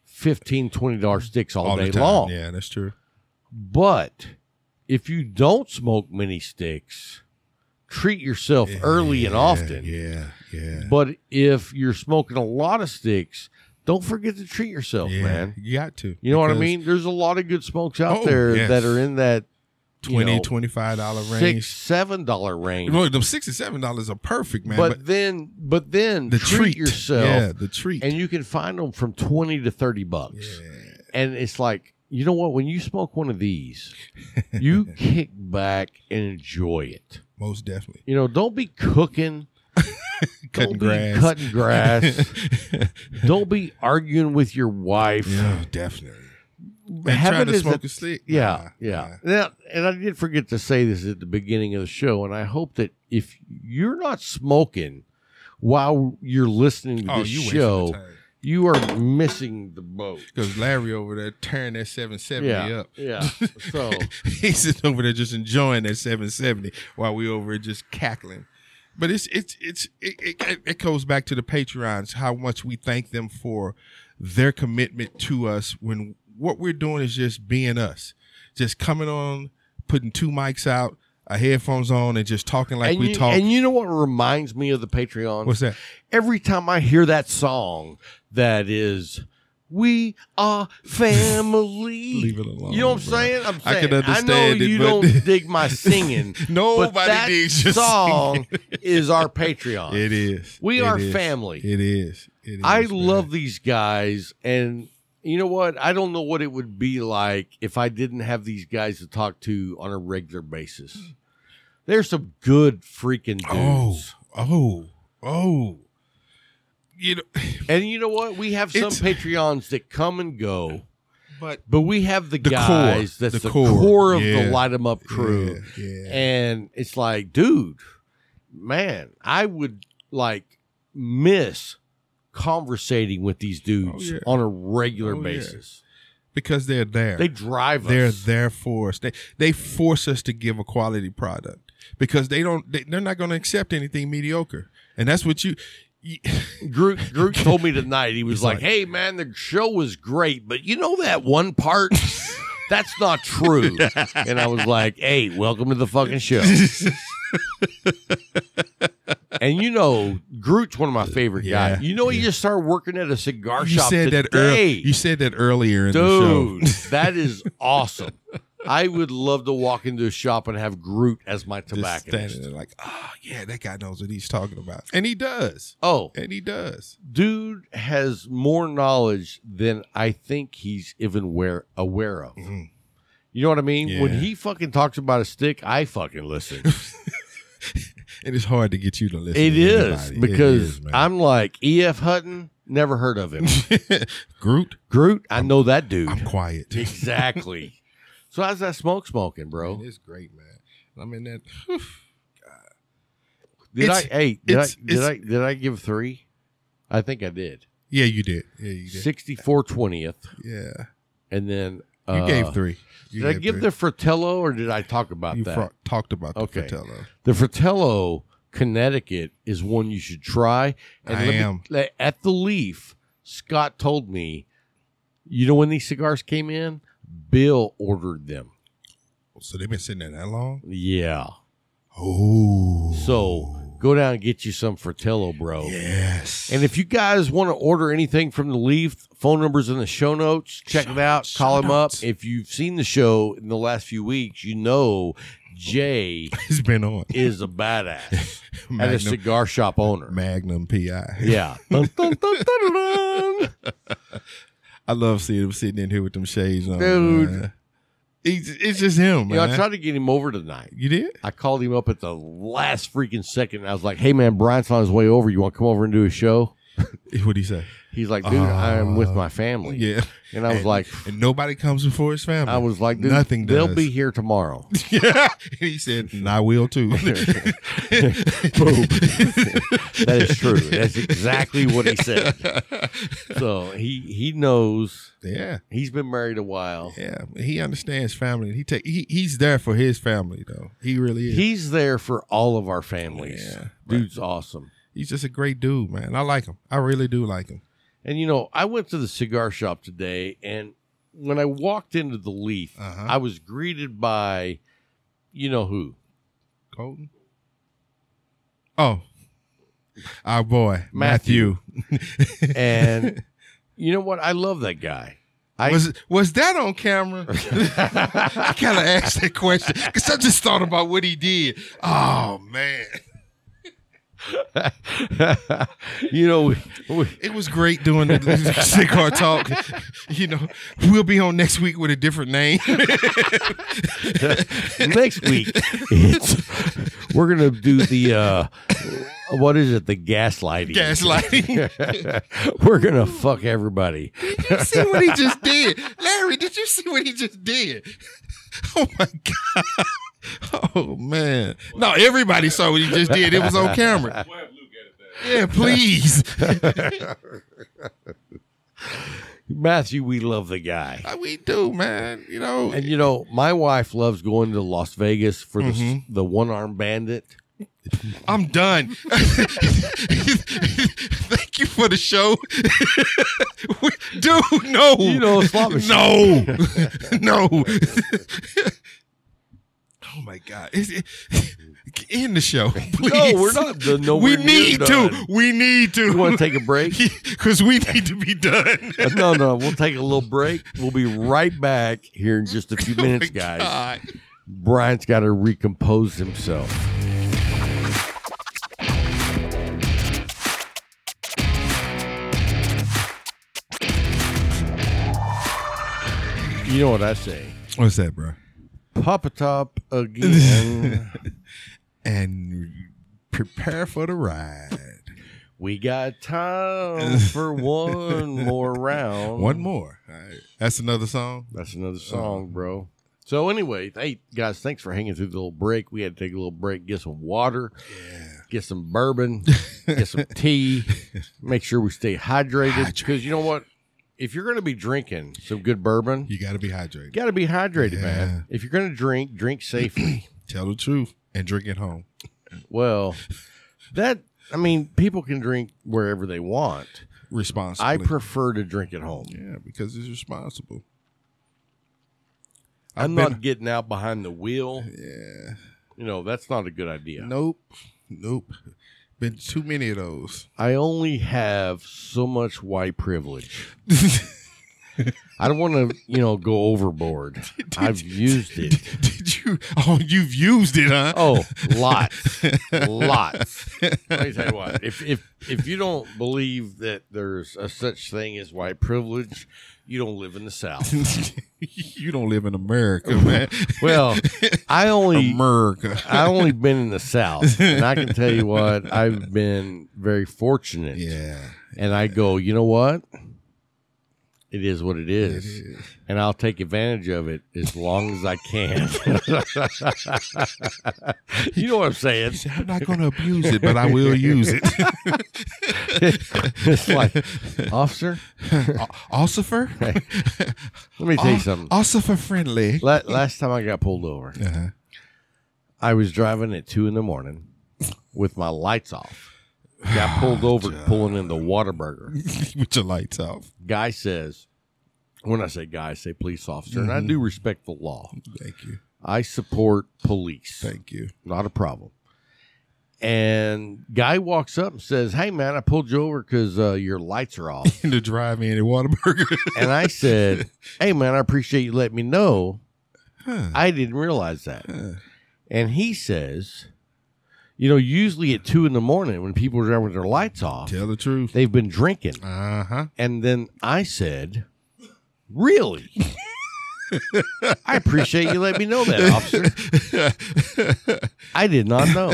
Speaker 3: 15 $20 sticks all,
Speaker 4: all
Speaker 3: day
Speaker 4: the time.
Speaker 3: long.
Speaker 4: Yeah, that's true.
Speaker 3: But if you don't smoke many sticks, treat yourself early and
Speaker 4: Yeah,
Speaker 3: often.
Speaker 4: Yeah, yeah.
Speaker 3: But if you're smoking a lot of sticks, don't forget to treat yourself,
Speaker 4: yeah,
Speaker 3: man.
Speaker 4: you got to.
Speaker 3: You know what I
Speaker 4: Because
Speaker 3: mean? There's a lot of good smokes out
Speaker 4: Oh,
Speaker 3: there
Speaker 4: yes.
Speaker 3: that are in that you
Speaker 4: 20
Speaker 3: know,
Speaker 4: 25 dollar
Speaker 3: six,
Speaker 4: range.
Speaker 3: seven dollar range.
Speaker 4: Look, them six and seven dollars are perfect, man.
Speaker 3: but,
Speaker 4: But,
Speaker 3: then, but then
Speaker 4: the
Speaker 3: treat,
Speaker 4: treat,
Speaker 3: yourself,
Speaker 4: yeah, the treat,
Speaker 3: and you can find them from twenty to thirty bucks.
Speaker 4: yeah.
Speaker 3: And it's like, you know what? When you smoke one of these, you kick back and enjoy it.
Speaker 4: most definitely
Speaker 3: You know, don't be cooking, don't
Speaker 4: cutting grass.
Speaker 3: be cutting grass, don't be arguing with your wife.
Speaker 4: yeah, definitely. And
Speaker 3: Heaven
Speaker 4: trying to
Speaker 3: is
Speaker 4: smoke
Speaker 3: the-
Speaker 4: a stick.
Speaker 3: Yeah,
Speaker 4: Nah,
Speaker 3: yeah.
Speaker 4: nah.
Speaker 3: Now, and I did forget to say this at the beginning of the show, and I hope that if you're not smoking while you're listening to
Speaker 4: Oh,
Speaker 3: this
Speaker 4: you
Speaker 3: show,
Speaker 4: show
Speaker 3: you are missing the boat.
Speaker 4: because Larry over there tearing that seven seventy
Speaker 3: Yeah,
Speaker 4: up.
Speaker 3: yeah. So
Speaker 4: He's sitting over there just enjoying that 770 while we over here just cackling. But it's it's it's it, it, it goes back to the Patreons how much we thank them for their commitment to us when what we're doing is just being us, just coming on, putting two mics out, our headphones on, and just talking like
Speaker 3: and,
Speaker 4: we
Speaker 3: you,
Speaker 4: talk.
Speaker 3: and you know what reminds me of the Patreon?
Speaker 4: What's that?
Speaker 3: Every time I hear that song, that is. We are family.
Speaker 4: Leave it alone,
Speaker 3: You know what I'm
Speaker 4: bro.
Speaker 3: saying? I'm
Speaker 4: I
Speaker 3: saying
Speaker 4: can
Speaker 3: I
Speaker 4: understand
Speaker 3: know
Speaker 4: it,
Speaker 3: you
Speaker 4: but-
Speaker 3: don't dig my singing.
Speaker 4: Nobody
Speaker 3: but that
Speaker 4: digs your
Speaker 3: song is our Patreon.
Speaker 4: It is.
Speaker 3: We
Speaker 4: It
Speaker 3: are
Speaker 4: is.
Speaker 3: family.
Speaker 4: It is. It is.
Speaker 3: I
Speaker 4: man.
Speaker 3: love these guys, and you know what? I don't know what it would be like if I didn't have these guys to talk to on a regular basis. There's some good freaking dudes,
Speaker 4: Oh, oh, oh. You know,
Speaker 3: and you know what? We have some
Speaker 4: It's-
Speaker 3: Patreons that come and go,
Speaker 4: but
Speaker 3: but we have the,
Speaker 4: The core.
Speaker 3: guys that's
Speaker 4: The
Speaker 3: the core,
Speaker 4: core.
Speaker 3: of
Speaker 4: Yeah.
Speaker 3: the Light 'Em Up crew.
Speaker 4: Yeah, yeah.
Speaker 3: and it's like, dude, man, I would like miss conversating with these dudes
Speaker 4: Oh, yeah.
Speaker 3: on a regular
Speaker 4: Oh, yeah.
Speaker 3: basis.
Speaker 4: because they're there.
Speaker 3: They drive us.
Speaker 4: they're there for us. They they force us to give a quality product because they don't. They, they're not going to accept anything mediocre, and that's what you. you-
Speaker 3: Groot, Groot told me tonight. He was like,
Speaker 4: like-
Speaker 3: "Hey, man, the show was great, but you know that one part." That's not true. and I was like, hey, welcome to the fucking show. and you know, Groot's one of my favorite
Speaker 4: Yeah,
Speaker 3: guys. You know, he just started working at a cigar
Speaker 4: you
Speaker 3: shop.
Speaker 4: said
Speaker 3: today.
Speaker 4: that earlier. You said that earlier in
Speaker 3: Dude,
Speaker 4: the show.
Speaker 3: that is awesome. I would love to walk into a shop and have Groot as my
Speaker 4: Just standing
Speaker 3: tobacconist.
Speaker 4: there like, oh yeah, that guy knows what he's talking about, and he does,
Speaker 3: Oh,
Speaker 4: and he does.
Speaker 3: dude has more knowledge than I think he's even aware aware of. You know what I mean? When
Speaker 4: Mm-hmm. Yeah.
Speaker 3: he fucking talks about a stick, I fucking listen.
Speaker 4: And it's hard to get you to listen.
Speaker 3: It
Speaker 4: to
Speaker 3: is
Speaker 4: anybody. It
Speaker 3: because
Speaker 4: is, man.
Speaker 3: I'm like E.F. Hutton, never heard of him.
Speaker 4: Groot.
Speaker 3: Groot, I know that dude.
Speaker 4: I'm quiet.
Speaker 3: exactly. So how's that smoke smoking, bro?
Speaker 4: Man, it's great, man. I mean that.
Speaker 3: Did I
Speaker 4: It's-
Speaker 3: hey, did I
Speaker 4: it's-
Speaker 3: did
Speaker 4: it's-
Speaker 3: I did I give three? I think I did.
Speaker 4: Yeah, you did. Yeah, you did.
Speaker 3: Sixty four twentieth,
Speaker 4: Yeah,
Speaker 3: and then
Speaker 4: you
Speaker 3: uh,
Speaker 4: gave three. You
Speaker 3: Did I
Speaker 4: gave
Speaker 3: give
Speaker 4: three.
Speaker 3: the Fratello or did I talk about
Speaker 4: You
Speaker 3: that?
Speaker 4: fro- talked about the
Speaker 3: Okay.
Speaker 4: Fratello.
Speaker 3: the Fratello Connecticut is one you should try.
Speaker 4: I
Speaker 3: let me-
Speaker 4: am.
Speaker 3: le- at the Leaf. Scott told me, you know when these cigars came in, Bill ordered them.
Speaker 4: So they've been sitting there that long.
Speaker 3: Yeah,
Speaker 4: Oh,
Speaker 3: so go down and get you some Fratello, bro.
Speaker 4: yes.
Speaker 3: And if you guys want to order anything from the Leaf, phone numbers in the show notes. Check it out. Call him up.
Speaker 4: notes.
Speaker 3: If you've seen the show in the last few weeks, you know Jay
Speaker 4: it's been on
Speaker 3: is a badass and a
Speaker 4: Magnum,
Speaker 3: cigar shop owner.
Speaker 4: Magnum PI.
Speaker 3: Yeah. Dun, dun, dun, dun, dun.
Speaker 4: I love seeing him sitting in here with them shades on,
Speaker 3: Dude.
Speaker 4: man. He's, it's just him,
Speaker 3: You know, I
Speaker 4: man.
Speaker 3: tried to get him over tonight.
Speaker 4: you did?
Speaker 3: I called him up at the last freaking second. I was like, hey, man, Brian's on his way over. You want to come over and do a show?
Speaker 4: What he say?
Speaker 3: He's like, dude, I am with my family.
Speaker 4: Uh, Yeah.
Speaker 3: And I was
Speaker 4: And-
Speaker 3: like,
Speaker 4: and nobody comes before his family.
Speaker 3: I was like, dude,
Speaker 4: nothing.
Speaker 3: They'll
Speaker 4: does.
Speaker 3: be here tomorrow.
Speaker 4: Yeah. And he said, and I will too.
Speaker 3: Boom. that is true. That's exactly what he said. So he he knows
Speaker 4: yeah.
Speaker 3: he's been married a while.
Speaker 4: Yeah. He understands family. He take he, he's there for his family though. He really is.
Speaker 3: He's there for all of our families.
Speaker 4: Yeah, right.
Speaker 3: Dude's awesome.
Speaker 4: he's just a great dude, man. I like him. I really do like him.
Speaker 3: And you know, I went to the cigar shop today, and when I walked into the Leaf,
Speaker 4: Uh-huh.
Speaker 3: I was greeted by, you know who,
Speaker 4: Colton. Oh. Our boy,
Speaker 3: Matthew.
Speaker 4: Matthew.
Speaker 3: and you know what? I love that guy. I
Speaker 4: was was that on camera? I kind of asked that question because I just thought about what he did. Oh man,
Speaker 3: you know, we, we,
Speaker 4: it was great doing the cigar talk. You know, we'll be on next week with a different name.
Speaker 3: next week it's, we're gonna do the uh, what is it? The gaslighting.
Speaker 4: Gaslighting.
Speaker 3: we're gonna fuck everybody.
Speaker 4: Did you see what he just did, Larry? Did you see what he just did? Oh my god. Oh man! No, everybody saw what he just did. It was on camera. Yeah, please.
Speaker 3: Matthew, we love the guy.
Speaker 4: we do, man. You know,
Speaker 3: And you know, my wife loves going to Las Vegas for the the one arm bandit.
Speaker 4: I'm done. Thank you for the show. Dude, no.
Speaker 3: You know, it's not-
Speaker 4: no. no. oh my God. Is it, end the show. Please.
Speaker 3: No, we're not done. No, we're
Speaker 4: we
Speaker 3: near
Speaker 4: need
Speaker 3: done.
Speaker 4: to. We need to.
Speaker 3: You want to take a break? Uh,
Speaker 4: Because we need to be done.
Speaker 3: no, no, we'll take a little break. We'll be right back here in just a few minutes, guys.
Speaker 4: God.
Speaker 3: Brian's got to recompose himself. You know what I say?
Speaker 4: What's that, bro?
Speaker 3: Papa top again.
Speaker 4: And prepare for the ride.
Speaker 3: we got time for one more round.
Speaker 4: One more. Oh. All right. That's another song.
Speaker 3: That's another song, bro. So anyway, hey guys, thanks for hanging through the little break. We had to take a little break, get some water, get some bourbon, get some tea. Make sure we stay hydrated because you know what? If you're going to be drinking some good bourbon, you
Speaker 4: You got to be hydrated.
Speaker 3: got to be hydrated,
Speaker 4: Yeah.
Speaker 3: man. If you're going to drink, drink safely.
Speaker 4: Tell the truth and drink at home.
Speaker 3: well, that I mean, people can drink wherever they want.
Speaker 4: Responsibly.
Speaker 3: I prefer to drink at home.
Speaker 4: yeah, because it's responsible.
Speaker 3: I'm
Speaker 4: been-
Speaker 3: not getting out behind the wheel. Yeah. You know, that's not a good idea.
Speaker 4: Nope. Nope. Been too many of those.
Speaker 3: I only have so much white privilege. I don't want to, you know, go overboard. I've used it.
Speaker 4: Did you? Oh, you've used it, huh?
Speaker 3: Oh, lots, lots. Let me tell you what. If if if you don't believe that there's a such thing as white privilege, you don't live in the South.
Speaker 4: you don't live in America, man.
Speaker 3: Well, I only
Speaker 4: America.
Speaker 3: I only been in the South, and I can tell you what I've been very fortunate.
Speaker 4: Yeah.
Speaker 3: And I go, you know what? It is what it is. And I'll take advantage of it as long as I can. you know what I'm saying?
Speaker 4: I'm not going to abuse it, but I will use it.
Speaker 3: It's like, officer,
Speaker 4: Ossifer?
Speaker 3: let me tell you something.
Speaker 4: Ossifer friendly.
Speaker 3: La- last time I got pulled over,
Speaker 4: Uh-huh.
Speaker 3: I was driving at two in the morning with my lights off. Got pulled over pulling in the Waterburger.
Speaker 4: With your lights off.
Speaker 3: Guy says, when I say guy, I say police officer, and I do respect the law.
Speaker 4: Thank you.
Speaker 3: I support police.
Speaker 4: Thank you.
Speaker 3: not a problem. And guy walks up and says, "Hey man, I pulled you over because uh, your lights are off."
Speaker 4: In the drive-in at Whataburger.
Speaker 3: and I said, "Hey man, I appreciate you letting me know. I didn't realize that." And he says, "You know, usually at two in the morning when people are driving with their lights off,
Speaker 4: Tell the truth.
Speaker 3: they've been drinking."
Speaker 4: Uh huh.
Speaker 3: And then I said, "Really." I appreciate you letting me know that, officer. I did not know.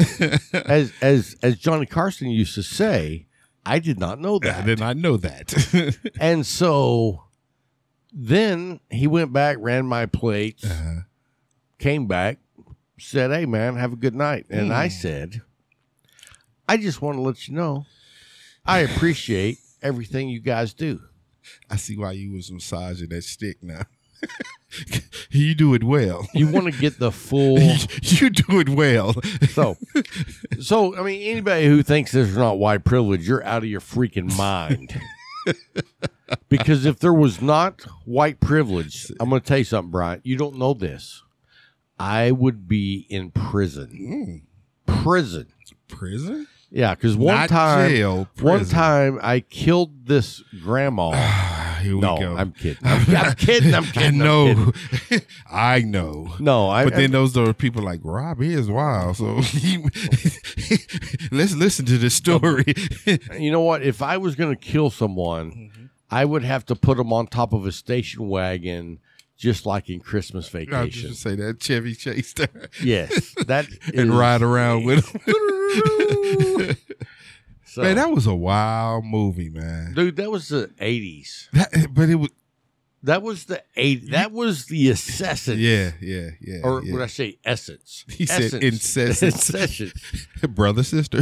Speaker 3: As as as Johnny Carson used to say, I did not know
Speaker 4: I
Speaker 3: that.
Speaker 4: did not know that.
Speaker 3: And so then he went back, ran my plates,
Speaker 4: Uh-huh.
Speaker 3: came back, said, Hey, man, have a good night. And
Speaker 4: Hmm.
Speaker 3: I said, I just want to let you know I appreciate everything you guys do.
Speaker 4: I see why you was massaging that stick now. you do it well.
Speaker 3: You want to get the full.
Speaker 4: you do it well.
Speaker 3: So, so I mean, anybody who thinks this is not white privilege, you're out of your freaking mind. because if there was not white privilege, I'm going to tell you something, Brian. You don't know this. I would be in prison. Prison.
Speaker 4: Prison?
Speaker 3: Yeah, because one
Speaker 4: Hmm. Not
Speaker 3: time,
Speaker 4: jail,
Speaker 3: one
Speaker 4: prison.
Speaker 3: time, I killed this grandma.
Speaker 4: Ah, Here
Speaker 3: no,
Speaker 4: we go.
Speaker 3: I'm kidding. I'm, I'm kidding. I'm
Speaker 4: I
Speaker 3: kidding. I'm kidding.
Speaker 4: know. I know.
Speaker 3: No, I.
Speaker 4: but then
Speaker 3: I,
Speaker 4: those are people like Rob is wild. So he- let's listen to this story.
Speaker 3: you know what? If I was going to kill someone,
Speaker 4: Mm-hmm.
Speaker 3: I would have to put them on top of a station wagon, just like in Christmas
Speaker 4: I'll
Speaker 3: Vacation.
Speaker 4: just say that Chevy Chase there
Speaker 3: yes, that
Speaker 4: and
Speaker 3: is-
Speaker 4: ride around with him.
Speaker 3: so-
Speaker 4: man, that was a wild movie, man.
Speaker 3: dude, that was the eighties.
Speaker 4: That, but it was
Speaker 3: That was the eight. That was the assassin.
Speaker 4: yeah, yeah, yeah.
Speaker 3: Or
Speaker 4: yeah.
Speaker 3: would I say essence?
Speaker 4: He said
Speaker 3: essence.
Speaker 4: incessant.
Speaker 3: Incessant.
Speaker 4: brother sister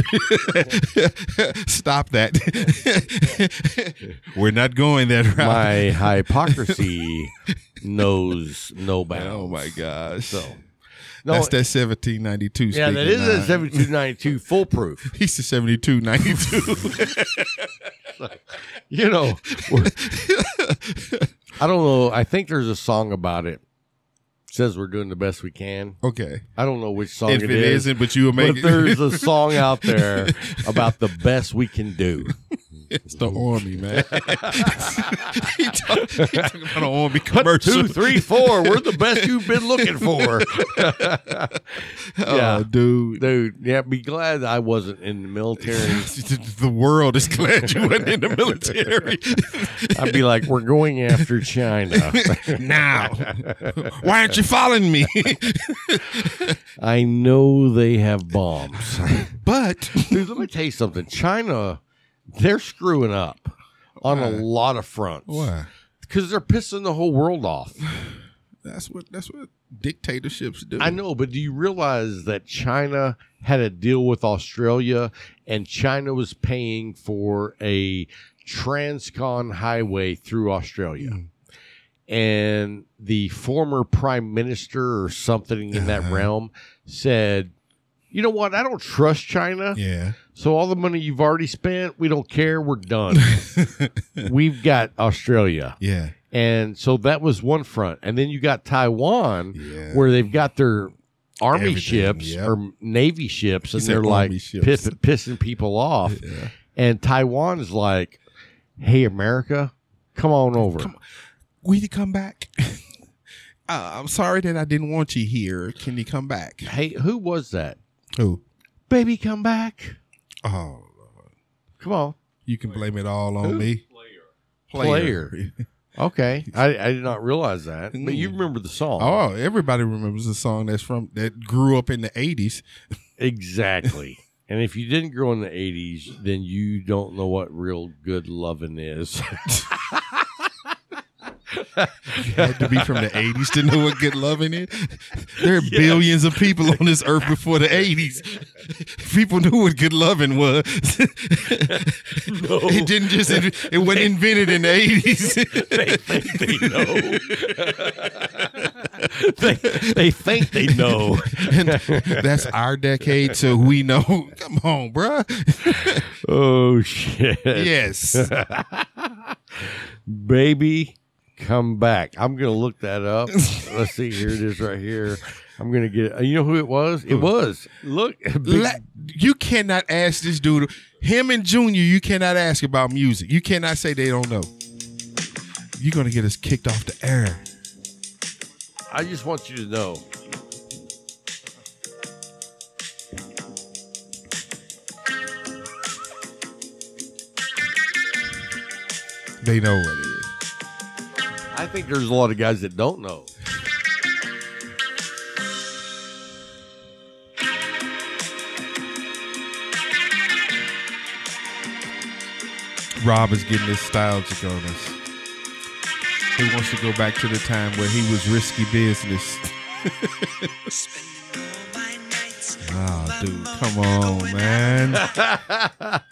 Speaker 4: stop that we're not going that route
Speaker 3: My hypocrisy knows no bounds.
Speaker 4: oh my gosh
Speaker 3: So, no,
Speaker 4: that's that 1792
Speaker 3: yeah, that is a
Speaker 4: speaking, huh?
Speaker 3: seventy-two ninety-two foolproof.
Speaker 4: he's the 7292
Speaker 3: you know, we're- I don't know. I think there's a song about it. Says we're doing the best we can.
Speaker 4: okay
Speaker 3: I don't know which song
Speaker 4: if
Speaker 3: it
Speaker 4: it
Speaker 3: is,
Speaker 4: isn't but you'll
Speaker 3: but
Speaker 4: make it
Speaker 3: there's a song out there about the best we can do.
Speaker 4: it's the army man he talk- he talking about an
Speaker 3: One,
Speaker 4: army commercial
Speaker 3: two, three, four. We're the best you've been looking for,
Speaker 4: oh
Speaker 3: yeah.
Speaker 4: dude
Speaker 3: dude. Yeah, be glad I wasn't in the military.
Speaker 4: the world is glad you went in the military
Speaker 3: I'd be like, we're going after China.
Speaker 4: now why aren't you following me
Speaker 3: I know they have bombs.
Speaker 4: but
Speaker 3: Dude, let me tell you something. China, they're screwing up on a lot of fronts.
Speaker 4: why
Speaker 3: Because they're pissing the whole world off.
Speaker 4: That's what that's what dictatorships do.
Speaker 3: I know, but do you realize that China had a deal with Australia and China was paying for a transcon highway through Australia? And the former prime minister or something in that realm said, you know what? I don't trust China.
Speaker 4: Yeah.
Speaker 3: So all the money you've already spent, we don't care. We're done. We've got Australia.
Speaker 4: Yeah.
Speaker 3: And so that was one front. And then you got Taiwan
Speaker 4: Yeah.
Speaker 3: where they've got their army
Speaker 4: Everything,
Speaker 3: ships
Speaker 4: yep.
Speaker 3: or navy ships and
Speaker 4: said
Speaker 3: they're like
Speaker 4: army ships.
Speaker 3: piss, pissing people off. And Taiwan's like, "Hey America, come on over."
Speaker 4: Will you come back? uh, I'm sorry that I didn't want you here. Can you come back?
Speaker 3: Hey, who was that?
Speaker 4: Who?
Speaker 3: Baby come back.
Speaker 4: Oh,
Speaker 3: Come on.
Speaker 4: you can blame it all on me.
Speaker 3: Player. Okay. I, I did not realize that. But you remember the song.
Speaker 4: Mm. Oh, everybody remembers the song that's from that grew up in the '80s.
Speaker 3: Exactly. and if you didn't grow in the 80s, then you don't know what real good loving is.
Speaker 4: Had to be from the '80s to know what good loving is. There are billions of people on this earth before the '80s. People knew what good loving was.
Speaker 3: Oh.
Speaker 4: It didn't just it, it wasn't invented in the eighties.
Speaker 3: they think they know. they, they think they know.
Speaker 4: That's our decade, so we know. Come on, bruh.
Speaker 3: Oh, shit.
Speaker 4: Yes.
Speaker 3: Baby, come back. I'm going to look that up. Let's see. Here it is right here. I'm going to get it. You know who it was? It was. Look. Big-
Speaker 4: La- you cannot ask this dude, him and Junior, you cannot ask about music. You cannot say they don't know. You're gonna get us kicked off the air.
Speaker 3: I just want you to know.
Speaker 4: They know what it is.
Speaker 3: I think there's a lot of guys that don't know.
Speaker 4: Rob is getting his style chick on us. He wants to go back to the time where he was risky business. oh, dude, come on, man.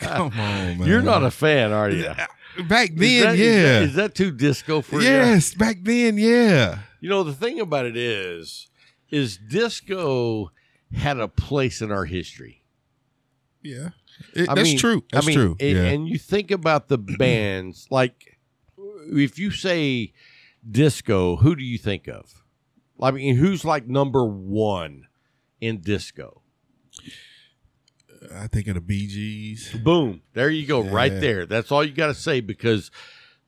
Speaker 4: come on, man.
Speaker 3: You're not a fan, are you?
Speaker 4: Back
Speaker 3: Is
Speaker 4: then,
Speaker 3: that- is
Speaker 4: yeah.
Speaker 3: that- Is that too disco for you?
Speaker 4: yes, back then, yeah.
Speaker 3: You know, the thing about it is, is disco had a place in our history.
Speaker 4: Yeah. It-
Speaker 3: I
Speaker 4: that's
Speaker 3: mean-
Speaker 4: true.
Speaker 3: I
Speaker 4: That's
Speaker 3: mean,
Speaker 4: true.
Speaker 3: And,
Speaker 4: yeah.
Speaker 3: and you think about the bands, like if you say disco, who do you think of? I mean, who's like number one in disco?
Speaker 4: I think of the Bee Gees.
Speaker 3: Boom. There you go, right
Speaker 4: Yeah.
Speaker 3: there. That's all you got to say because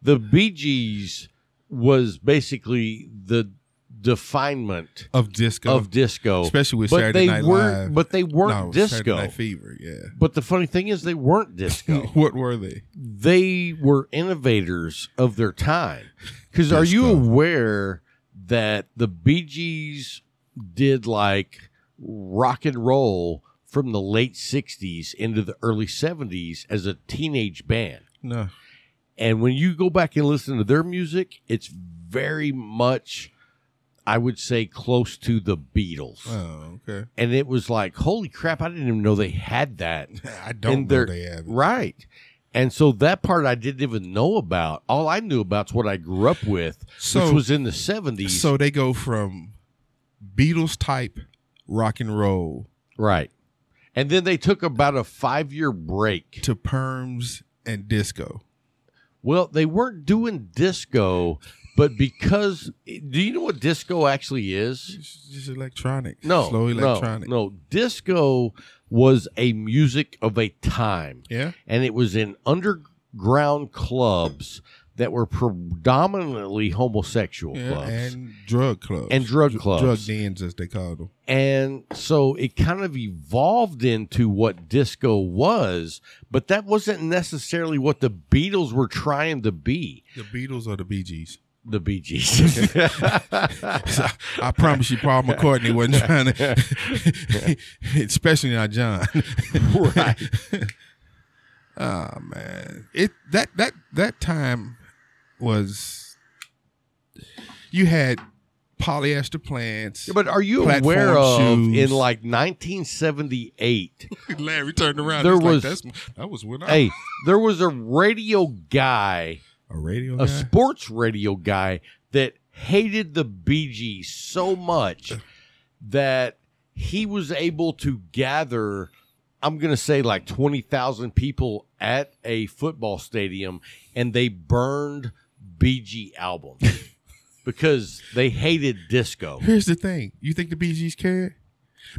Speaker 3: the Bee Gees was basically the definement
Speaker 4: Of disco.
Speaker 3: of disco,
Speaker 4: Especially with
Speaker 3: but
Speaker 4: Saturday
Speaker 3: they
Speaker 4: Night
Speaker 3: weren't,
Speaker 4: Live.
Speaker 3: But they weren't
Speaker 4: no,
Speaker 3: disco.
Speaker 4: Saturday Night Fever, yeah.
Speaker 3: But the funny thing is, they weren't disco.
Speaker 4: What were they?
Speaker 3: they were innovators of their time. Because are you
Speaker 4: Disco.
Speaker 3: aware that the Bee Gees did like rock and roll from the late '60s into the early '70s as a teenage band?
Speaker 4: No.
Speaker 3: And when you go back and listen to their music, it's very much, I would say, close to the Beatles.
Speaker 4: Oh, okay.
Speaker 3: and it was like, holy crap, I didn't even know they had that.
Speaker 4: I don't
Speaker 3: And
Speaker 4: know
Speaker 3: they're-
Speaker 4: they have. it.
Speaker 3: Right. And so that part I didn't even know about. All I knew about's what I grew up with,
Speaker 4: So-
Speaker 3: which was in the 70s.
Speaker 4: So they go from Beatles type rock and roll
Speaker 3: right. And then they took about a five year break.
Speaker 4: to perms and disco.
Speaker 3: Well, they weren't doing disco, but because, do you know what disco actually is?
Speaker 4: It's just electronic.
Speaker 3: No,
Speaker 4: Slow
Speaker 3: no,
Speaker 4: electronic.
Speaker 3: No, disco was a music of a time,
Speaker 4: Yeah.
Speaker 3: and it was in underground clubs that were predominantly homosexual
Speaker 4: Yeah,
Speaker 3: clubs and,
Speaker 4: and drug clubs.
Speaker 3: drug
Speaker 4: Dr-
Speaker 3: clubs,
Speaker 4: Drug dens, as they called them.
Speaker 3: and so it kind of evolved into what disco was, but that wasn't necessarily what the Beatles were trying to be.
Speaker 4: The Beatles or the Bee Gees?
Speaker 3: The Bee Gees.
Speaker 4: I, I promise you, Paul McCartney wasn't trying to, especially not John.
Speaker 3: Right.
Speaker 4: oh man, it that that that time was you had polyester plants.
Speaker 3: Yeah, But are you
Speaker 4: platform
Speaker 3: aware of
Speaker 4: shoes.
Speaker 3: in like 1978?
Speaker 4: Larry turned around.
Speaker 3: There
Speaker 4: There was
Speaker 3: was-
Speaker 4: That's, that was when I
Speaker 3: hey, there was a radio guy,
Speaker 4: a radio
Speaker 3: a
Speaker 4: guy?
Speaker 3: sports radio guy that hated the Bee Gees so much that he was able to gather I'm going to say like 20,000 people at a football stadium and they burned Bee Gee albums because they hated disco.
Speaker 4: Here's the thing: you think the Bee Gees cared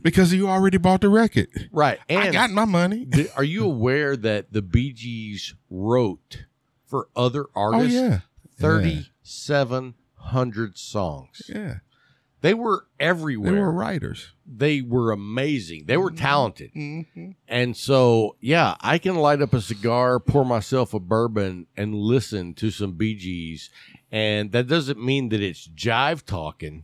Speaker 4: because you already bought the record.
Speaker 3: Right. And
Speaker 4: I got my money.
Speaker 3: Th- Are you aware that the Bee Gees wrote for other artists
Speaker 4: Oh, yeah.
Speaker 3: 3,700 songs?
Speaker 4: Yeah,
Speaker 3: They were
Speaker 4: they
Speaker 3: everywhere.
Speaker 4: were Mm-hmm. writers.
Speaker 3: They were amazing. They were talented. And so, yeah, I can light up a cigar, pour myself a bourbon, and listen to some Bee Gees. And that doesn't mean that it's jive talking,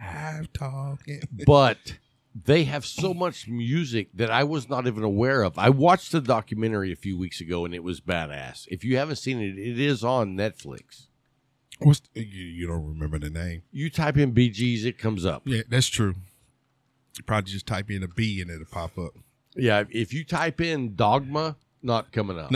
Speaker 4: I'm talking.
Speaker 3: but they have so much music that I was not even aware of. I watched the documentary a few weeks ago and it was badass. If you haven't seen it, it is on Netflix.
Speaker 4: What's you, you don't remember the name?
Speaker 3: You type in BGs, it comes up.
Speaker 4: Yeah, that's true. You probably just type in a B and it'll pop up.
Speaker 3: Yeah, if you type in Dogma, not coming up.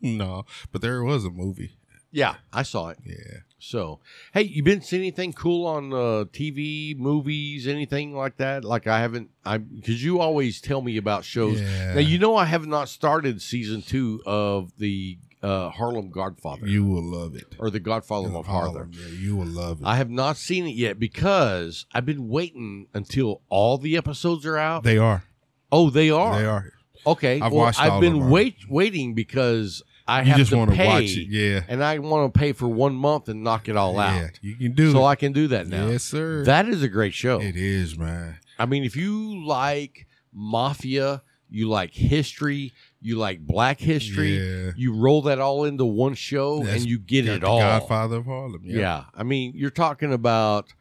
Speaker 4: No, but there was a movie.
Speaker 3: Yeah, I saw it.
Speaker 4: Yeah,
Speaker 3: So, hey, you been seeing anything cool on uh, TV, movies, anything like that? Like I haven't, I because you always tell me about shows.
Speaker 4: Yeah.
Speaker 3: Now you know I have not started season two of the uh, Harlem Godfather.
Speaker 4: you will love it.
Speaker 3: or the Godfather of Harlem.
Speaker 4: Oh, Yeah, you will love it.
Speaker 3: Oh, I have not seen it yet because I've been waiting until all the episodes are out.
Speaker 4: they are.
Speaker 3: oh, they are.
Speaker 4: They are.
Speaker 3: Okay.
Speaker 4: I've
Speaker 3: well,
Speaker 4: watched
Speaker 3: I've
Speaker 4: all
Speaker 3: been
Speaker 4: of 'em.
Speaker 3: wait waiting because I
Speaker 4: You
Speaker 3: have
Speaker 4: just
Speaker 3: to
Speaker 4: wanna
Speaker 3: pay,
Speaker 4: watch it, yeah.
Speaker 3: And I want to pay for one month and knock it all
Speaker 4: Yeah,
Speaker 3: out.
Speaker 4: you can do
Speaker 3: So
Speaker 4: it.
Speaker 3: I can do that now.
Speaker 4: Yes, sir.
Speaker 3: That is a great show.
Speaker 4: it is, man.
Speaker 3: I mean, if you like mafia, you like history, you like black history,
Speaker 4: Yeah.
Speaker 3: you roll that all into one show
Speaker 4: That's-
Speaker 3: and you get
Speaker 4: Got
Speaker 3: it
Speaker 4: the
Speaker 3: all.
Speaker 4: Godfather of Harlem.
Speaker 3: Yeah. I mean, you're talking about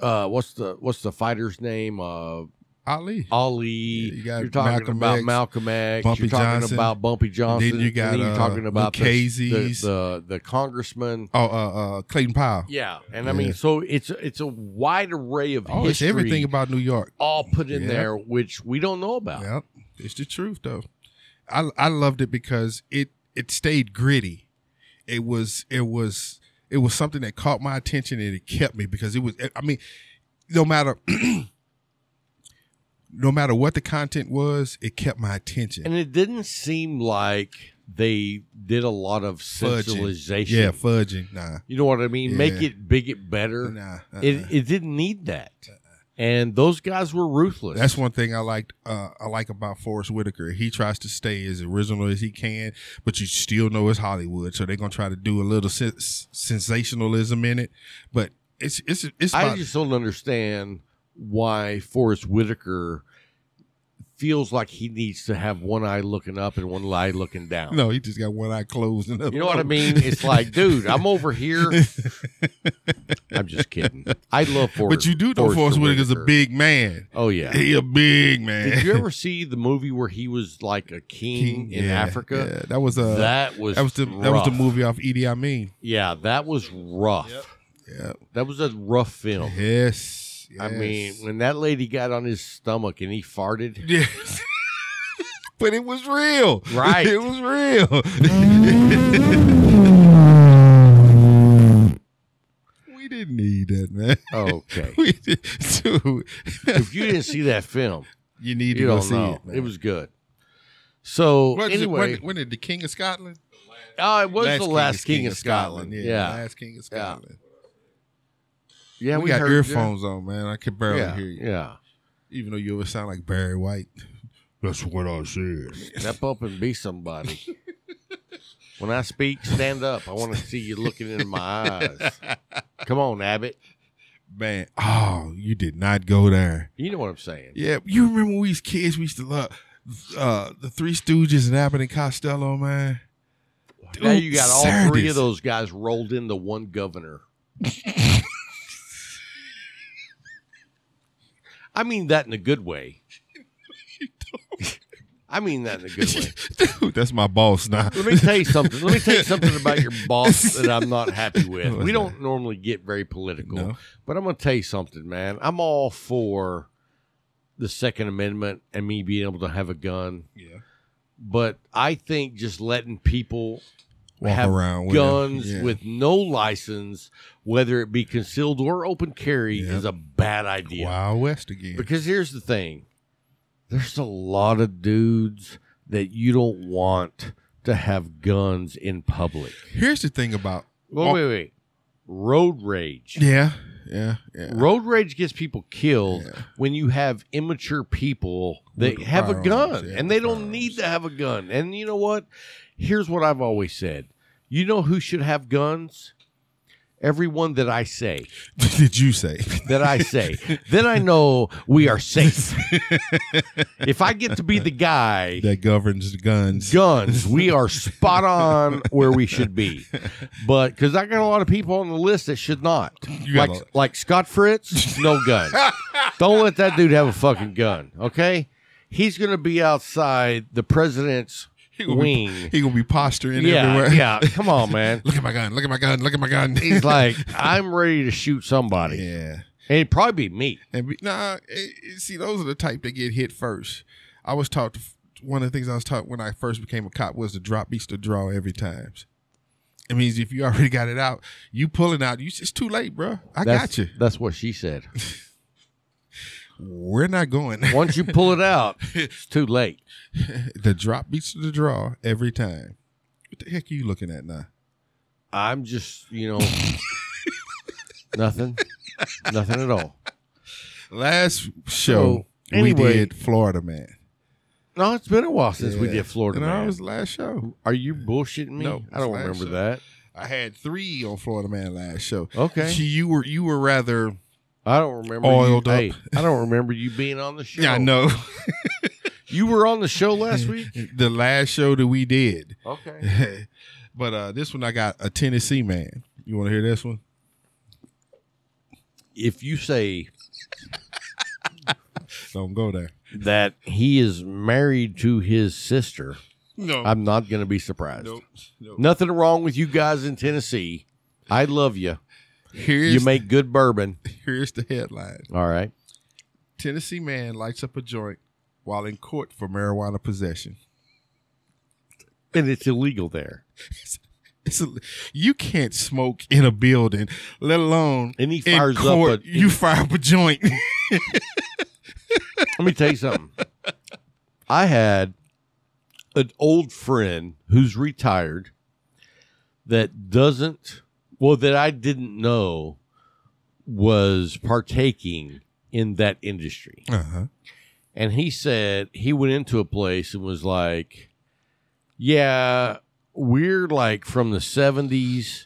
Speaker 3: uh what's the what's the fighter's name? Uh
Speaker 4: Ali.
Speaker 3: Ali.
Speaker 4: you
Speaker 3: you
Speaker 4: got
Speaker 3: are talking
Speaker 4: Malcolm
Speaker 3: about
Speaker 4: X,
Speaker 3: Malcolm X.
Speaker 4: Bumpy
Speaker 3: you're talking
Speaker 4: Johnson.
Speaker 3: about Bumpy Johnson.
Speaker 4: you got,
Speaker 3: and then
Speaker 4: uh,
Speaker 3: you're talking about the, the,
Speaker 4: Lucchese's.
Speaker 3: the the congressman.
Speaker 4: Oh, uh, uh, Clayton Powell.
Speaker 3: Yeah, and I
Speaker 4: Yeah.
Speaker 3: mean, so it's it's a wide array of
Speaker 4: Oh, it's
Speaker 3: history,
Speaker 4: everything about New York.
Speaker 3: all put in
Speaker 4: Yeah.
Speaker 3: there, which we don't know about.
Speaker 4: Yep, it's the truth though. I I loved it because it it stayed gritty. It was it was it was something that caught my attention and it kept me because it was. I mean, no matter no matter what the content was, it kept my attention.
Speaker 3: And it didn't seem like they did a lot of
Speaker 4: fudging,
Speaker 3: centralization.
Speaker 4: yeah, fudging. Nah,
Speaker 3: you know what I mean. Make
Speaker 4: Yeah.
Speaker 3: it big, it better.
Speaker 4: nah. uh-uh.
Speaker 3: It it didn't need that. And those guys were ruthless.
Speaker 4: That's one thing I liked. Uh, I like about Forrest Whitaker. He tries to stay as original as he can, but you still know it's Hollywood, so they're gonna try to do a little sen- sensationalism in it. But it's it's it's
Speaker 3: I
Speaker 4: about,
Speaker 3: just don't understand why Forrest Whitaker feels like he needs to have one eye looking up and one eye looking down.
Speaker 4: no. He just got one eye closed. And the
Speaker 3: You know what I
Speaker 4: other-
Speaker 3: mean? It's like, dude, I'm over here. I'm just kidding. I love Forrest.
Speaker 4: But you do know Forrest Whitaker's a
Speaker 3: Whitaker.
Speaker 4: big man.
Speaker 3: Oh yeah.
Speaker 4: He a big man.
Speaker 3: Did you ever see the movie where he was like a king, in
Speaker 4: Yeah,
Speaker 3: Africa?
Speaker 4: yeah. That was uh,
Speaker 3: that
Speaker 4: that,
Speaker 3: was
Speaker 4: was the that was the
Speaker 3: rough.
Speaker 4: movie off E Idi Amin.
Speaker 3: Yeah, that was rough.
Speaker 4: Yeah.
Speaker 3: That was a rough film.
Speaker 4: Yes.
Speaker 3: I mean,
Speaker 4: yes.
Speaker 3: when that lady got on his stomach and he farted.
Speaker 4: Yes. but it was real.
Speaker 3: Right.
Speaker 4: It was real. we didn't need that, man.
Speaker 3: Okay.
Speaker 4: We did, dude.
Speaker 3: if you didn't see that film,
Speaker 4: you need to
Speaker 3: you
Speaker 4: go
Speaker 3: don't
Speaker 4: see
Speaker 3: know.
Speaker 4: it.
Speaker 3: It,
Speaker 4: man.
Speaker 3: was good. So
Speaker 4: What is it-
Speaker 3: anyway,
Speaker 4: when, when did the King of Scotland?
Speaker 3: oh, it was the last King, of Scotland.
Speaker 4: Yeah,
Speaker 3: Yeah,
Speaker 4: last King of Scotland.
Speaker 3: yeah,
Speaker 4: we, got earphones on, man. I could
Speaker 3: Yeah,
Speaker 4: barely
Speaker 3: yeah.
Speaker 4: hear you, even though you always sound like Barry White. That's what I said.
Speaker 3: yeah. Step up and be somebody. when I speak, stand up. I want to see you looking in my eyes. Come on, Abbott.
Speaker 4: Man, oh, you did not go there.
Speaker 3: You know what I'm saying?
Speaker 4: Yeah, you remember when we was kids, we used to love uh, the Three Stooges and Abbott and Costello, man.
Speaker 3: Now you got all three
Speaker 4: Sardis.
Speaker 3: of those guys rolled into one governor. I mean that in a good way. I mean that in a good way.
Speaker 4: Dude, that's my boss now.
Speaker 3: Let me tell you something. Let me tell you something about your boss that I'm not happy with.
Speaker 4: What's
Speaker 3: We don't normally get very political,
Speaker 4: No.
Speaker 3: but I'm going to tell you something, man. I'm all for the Second Amendment and me being able to have a gun,
Speaker 4: Yeah.
Speaker 3: but I think just letting people
Speaker 4: Walk
Speaker 3: have
Speaker 4: around with
Speaker 3: guns
Speaker 4: them. Yeah.
Speaker 3: with no license, whether it be concealed or open carry,
Speaker 4: Yep.
Speaker 3: is a bad idea.
Speaker 4: Wild West again.
Speaker 3: Because here's the thing there's a lot of dudes that you don't want to have guns in public.
Speaker 4: Here's the thing about
Speaker 3: Well, wait, wait. Road rage.
Speaker 4: yeah, yeah, yeah.
Speaker 3: Road rage gets people killed when you have immature people that
Speaker 4: With
Speaker 3: have a
Speaker 4: firearms,
Speaker 3: gun
Speaker 4: yeah,
Speaker 3: and
Speaker 4: with
Speaker 3: they don't need to have a gun. And you know what? Here's what I've always said. You know who should have guns? Everyone that I say,
Speaker 4: did you say?
Speaker 3: that I say, then I know we are safe. if I get to be the guy
Speaker 4: that governs the guns.
Speaker 3: guns. We are spot on where we should be. But because I got a lot of people on the list that should not.
Speaker 4: You got
Speaker 3: Like,
Speaker 4: a-
Speaker 3: like Scott Fritz, no gun. Don't let that dude have a fucking gun, okay? He's going to be outside the president's
Speaker 4: gonna be-
Speaker 3: wing.
Speaker 4: he gonna be posturing
Speaker 3: yeah,
Speaker 4: everywhere.
Speaker 3: yeah. Come on, man.
Speaker 4: Look at my gun. Look at my gun. Look at my gun.
Speaker 3: He's like, I'm ready to shoot somebody.
Speaker 4: yeah.
Speaker 3: And it'd probably be me.
Speaker 4: And be, nah, it, it- see, those are the type that get hit first. I was taught to, f- one of the things I was taught when I first became a cop was to drop beats to draw every time. It means if you already got it out, you pulling out. You it's too late, bro. I
Speaker 3: That's,
Speaker 4: got you.
Speaker 3: That's what she said.
Speaker 4: We're not going.
Speaker 3: Once you pull it out, it's too late.
Speaker 4: the drop beats to the draw every time. What the heck are you looking at now?
Speaker 3: I'm just, you know, nothing, nothing at all.
Speaker 4: Last
Speaker 3: So,
Speaker 4: show we
Speaker 3: anyway-
Speaker 4: did Florida man.
Speaker 3: No, it's been a while since we
Speaker 4: Yeah.
Speaker 3: did Florida
Speaker 4: No,
Speaker 3: Man.
Speaker 4: it was the last show.
Speaker 3: Are you bullshitting me?
Speaker 4: No,
Speaker 3: I don't
Speaker 4: it's
Speaker 3: remember that.
Speaker 4: last I had three on Florida man last show.
Speaker 3: Okay.
Speaker 4: See, you were you were rather.
Speaker 3: I don't remember.
Speaker 4: Oiled
Speaker 3: you,
Speaker 4: up.
Speaker 3: Hey, I don't remember you being on the show.
Speaker 4: Yeah, I know.
Speaker 3: You were on the show last week.
Speaker 4: the last show that we did.
Speaker 3: Okay.
Speaker 4: but uh this one I got a Tennessee man. You want to hear this one?
Speaker 3: If you say
Speaker 4: Don't go there.
Speaker 3: that he is married to his sister,
Speaker 4: No.
Speaker 3: I'm not going to be surprised.
Speaker 4: nope. nope.
Speaker 3: Nothing wrong with you guys in Tennessee. I love you.
Speaker 4: Here's,
Speaker 3: You make good bourbon.
Speaker 4: here's the headline
Speaker 3: All right.
Speaker 4: Tennessee man lights up a joint while in court for marijuana possession.
Speaker 3: And it's illegal there.
Speaker 4: It's a, you can't smoke in a building, let alone
Speaker 3: And he
Speaker 4: in
Speaker 3: fires up
Speaker 4: court.
Speaker 3: a-
Speaker 4: you fire up a joint.
Speaker 3: Let me tell you something. I had an old friend who's retired that doesn't, well, that I didn't know was partaking in that industry.
Speaker 4: uh-huh.
Speaker 3: And he said he went into a place and was like, Yeah, we're like from the 70s,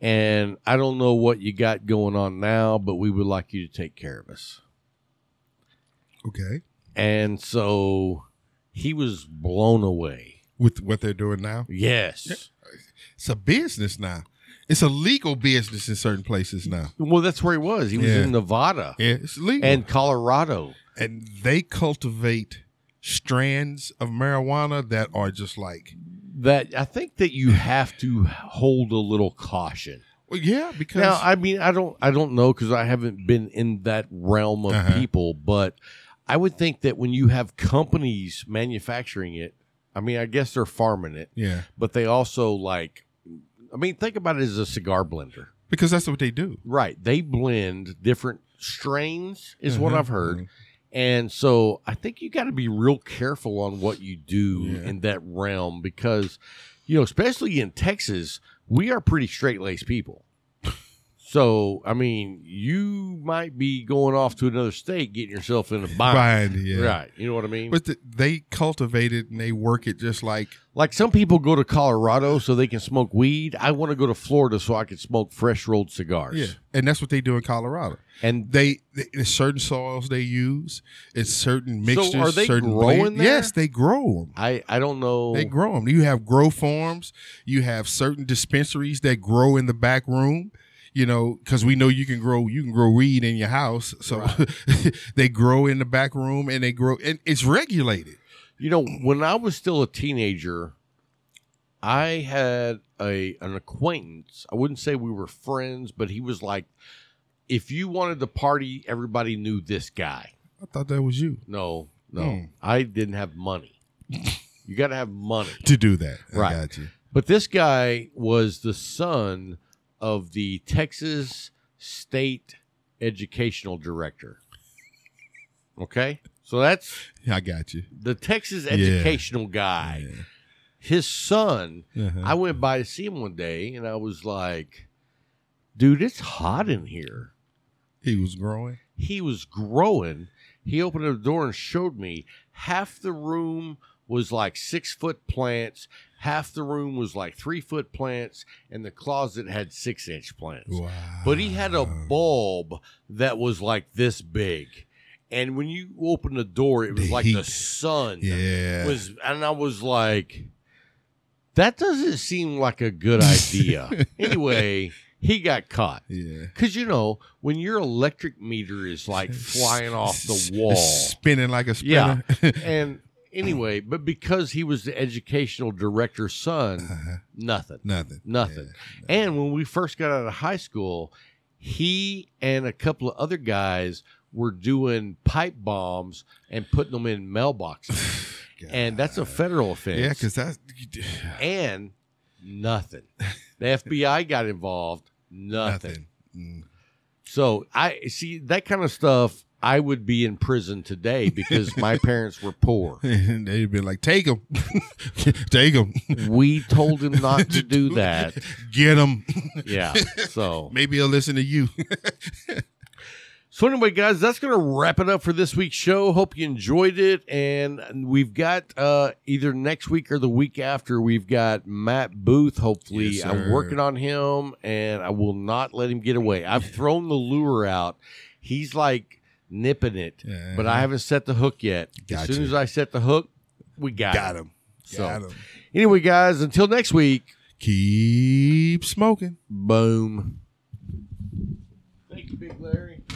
Speaker 3: and I don't know what you got going on now, but we would like you to take care of us.
Speaker 4: Okay.
Speaker 3: And so he was blown away.
Speaker 4: With what they're doing now,
Speaker 3: Yes.
Speaker 4: it's a business now. It's a legal business in certain places now.
Speaker 3: Well, that's where he was. He was
Speaker 4: Yeah.
Speaker 3: in Nevada
Speaker 4: Yeah, it's legal.
Speaker 3: and Colorado.
Speaker 4: and they cultivate strands of marijuana that are just like
Speaker 3: That I think that you have to hold a little caution.
Speaker 4: well, yeah because
Speaker 3: Now, I mean, I don't, I don't know because I haven't been in that realm of
Speaker 4: Uh-huh.
Speaker 3: people, but I would think that when you have companies manufacturing it, I mean, I guess they're farming it,
Speaker 4: yeah
Speaker 3: but they also like, I mean, think about it as a cigar blender,
Speaker 4: because that's what they do
Speaker 3: right? They blend different strains, is
Speaker 4: Mm-hmm.
Speaker 3: what
Speaker 4: Uh-huh.
Speaker 3: I've heard, and so I think you got to be real careful on what you do
Speaker 4: Yeah.
Speaker 3: in that realm because, you know, especially in Texas, we are pretty straight laced people. So I mean, you might be going off to another state, getting yourself in a bind,
Speaker 4: Bind, yeah.
Speaker 3: right? You know what I mean?
Speaker 4: but th they cultivate it and they work it just like
Speaker 3: like some people go to Colorado so they can smoke weed. I want to go to Florida so I can smoke fresh rolled cigars.
Speaker 4: yeah and that's what they do in colorado
Speaker 3: And
Speaker 4: they, they there's certain soils they use it's certain mixtures
Speaker 3: are they
Speaker 4: certain
Speaker 3: growing
Speaker 4: blend-
Speaker 3: there?
Speaker 4: yes they grow them
Speaker 3: I I don't know.
Speaker 4: they grow them you have grow farms you have certain dispensaries that grow in the back room you know because we know you can grow you can grow weed in your house so they grow in the back room and they grow and it's regulated
Speaker 3: You know, when I was still a teenager, I had a an acquaintance. I wouldn't say we were friends, but he was like, if you wanted to party, everybody knew this guy.
Speaker 4: i thought that was you
Speaker 3: No, no,
Speaker 4: Hmm.
Speaker 3: I didn't have money. you got to have money,
Speaker 4: to do that
Speaker 3: Right.
Speaker 4: i got you
Speaker 3: but this guy was the son of the Texas State Educational Director. Okay, so that's
Speaker 4: i got you
Speaker 3: the Texas
Speaker 4: Yeah.
Speaker 3: educational guy. His son
Speaker 4: Uh-huh.
Speaker 3: I went by to see him one day and I was like, dude, it's hot in here.
Speaker 4: he was growing
Speaker 3: He was growing. He opened the door and showed me half the room was like six foot plants, half the room was like three foot plants, and the closet had six inch plants.
Speaker 4: wow
Speaker 3: But he had a bulb that was like this big. And when you opened the door, it was
Speaker 4: The
Speaker 3: like the
Speaker 4: heat.
Speaker 3: sun
Speaker 4: yeah
Speaker 3: was and I was like, that doesn't seem like a good idea. anyway, he got caught.
Speaker 4: yeah
Speaker 3: Cause you know, when your electric meter is like flying off the wall.
Speaker 4: spinning like a
Speaker 3: Yeah.
Speaker 4: spinner
Speaker 3: And anyway, but because he was the educational director's son,
Speaker 4: Uh-huh.
Speaker 3: nothing.
Speaker 4: nothing
Speaker 3: Nothing. And when we first got out of high school, he and a couple of other guys were doing pipe bombs and putting them in mailboxes. and that's a federal offense.
Speaker 4: yeah because that's
Speaker 3: and nothing. The FBI got involved, nothing.
Speaker 4: nothing Mm.
Speaker 3: So I see that kind of stuff. I would be in prison today because my parents were poor.
Speaker 4: And Mm. they'd be like, take him, take him,
Speaker 3: We told him not to do that.
Speaker 4: get him.
Speaker 3: Yeah. So
Speaker 4: Maybe he'll listen to you.
Speaker 3: So anyway, guys, that's gonna wrap it up for this week's show. Hope you enjoyed it, and we've got uh, either next week or the week after. We've got Matt Booth. Hopefully,
Speaker 4: Yes,
Speaker 3: I'm
Speaker 4: sir.
Speaker 3: working on him, and I will not let him get away. I've thrown the lure out. He's like nipping it,
Speaker 4: Yeah.
Speaker 3: but I haven't set the hook yet. As
Speaker 4: Got
Speaker 3: soon
Speaker 4: you.
Speaker 3: as I set the hook, we got,
Speaker 4: Got him.
Speaker 3: So
Speaker 4: Got him.
Speaker 3: anyway, guys, until next week.
Speaker 4: Keep smoking.
Speaker 3: Boom. Thank you, Big Larry.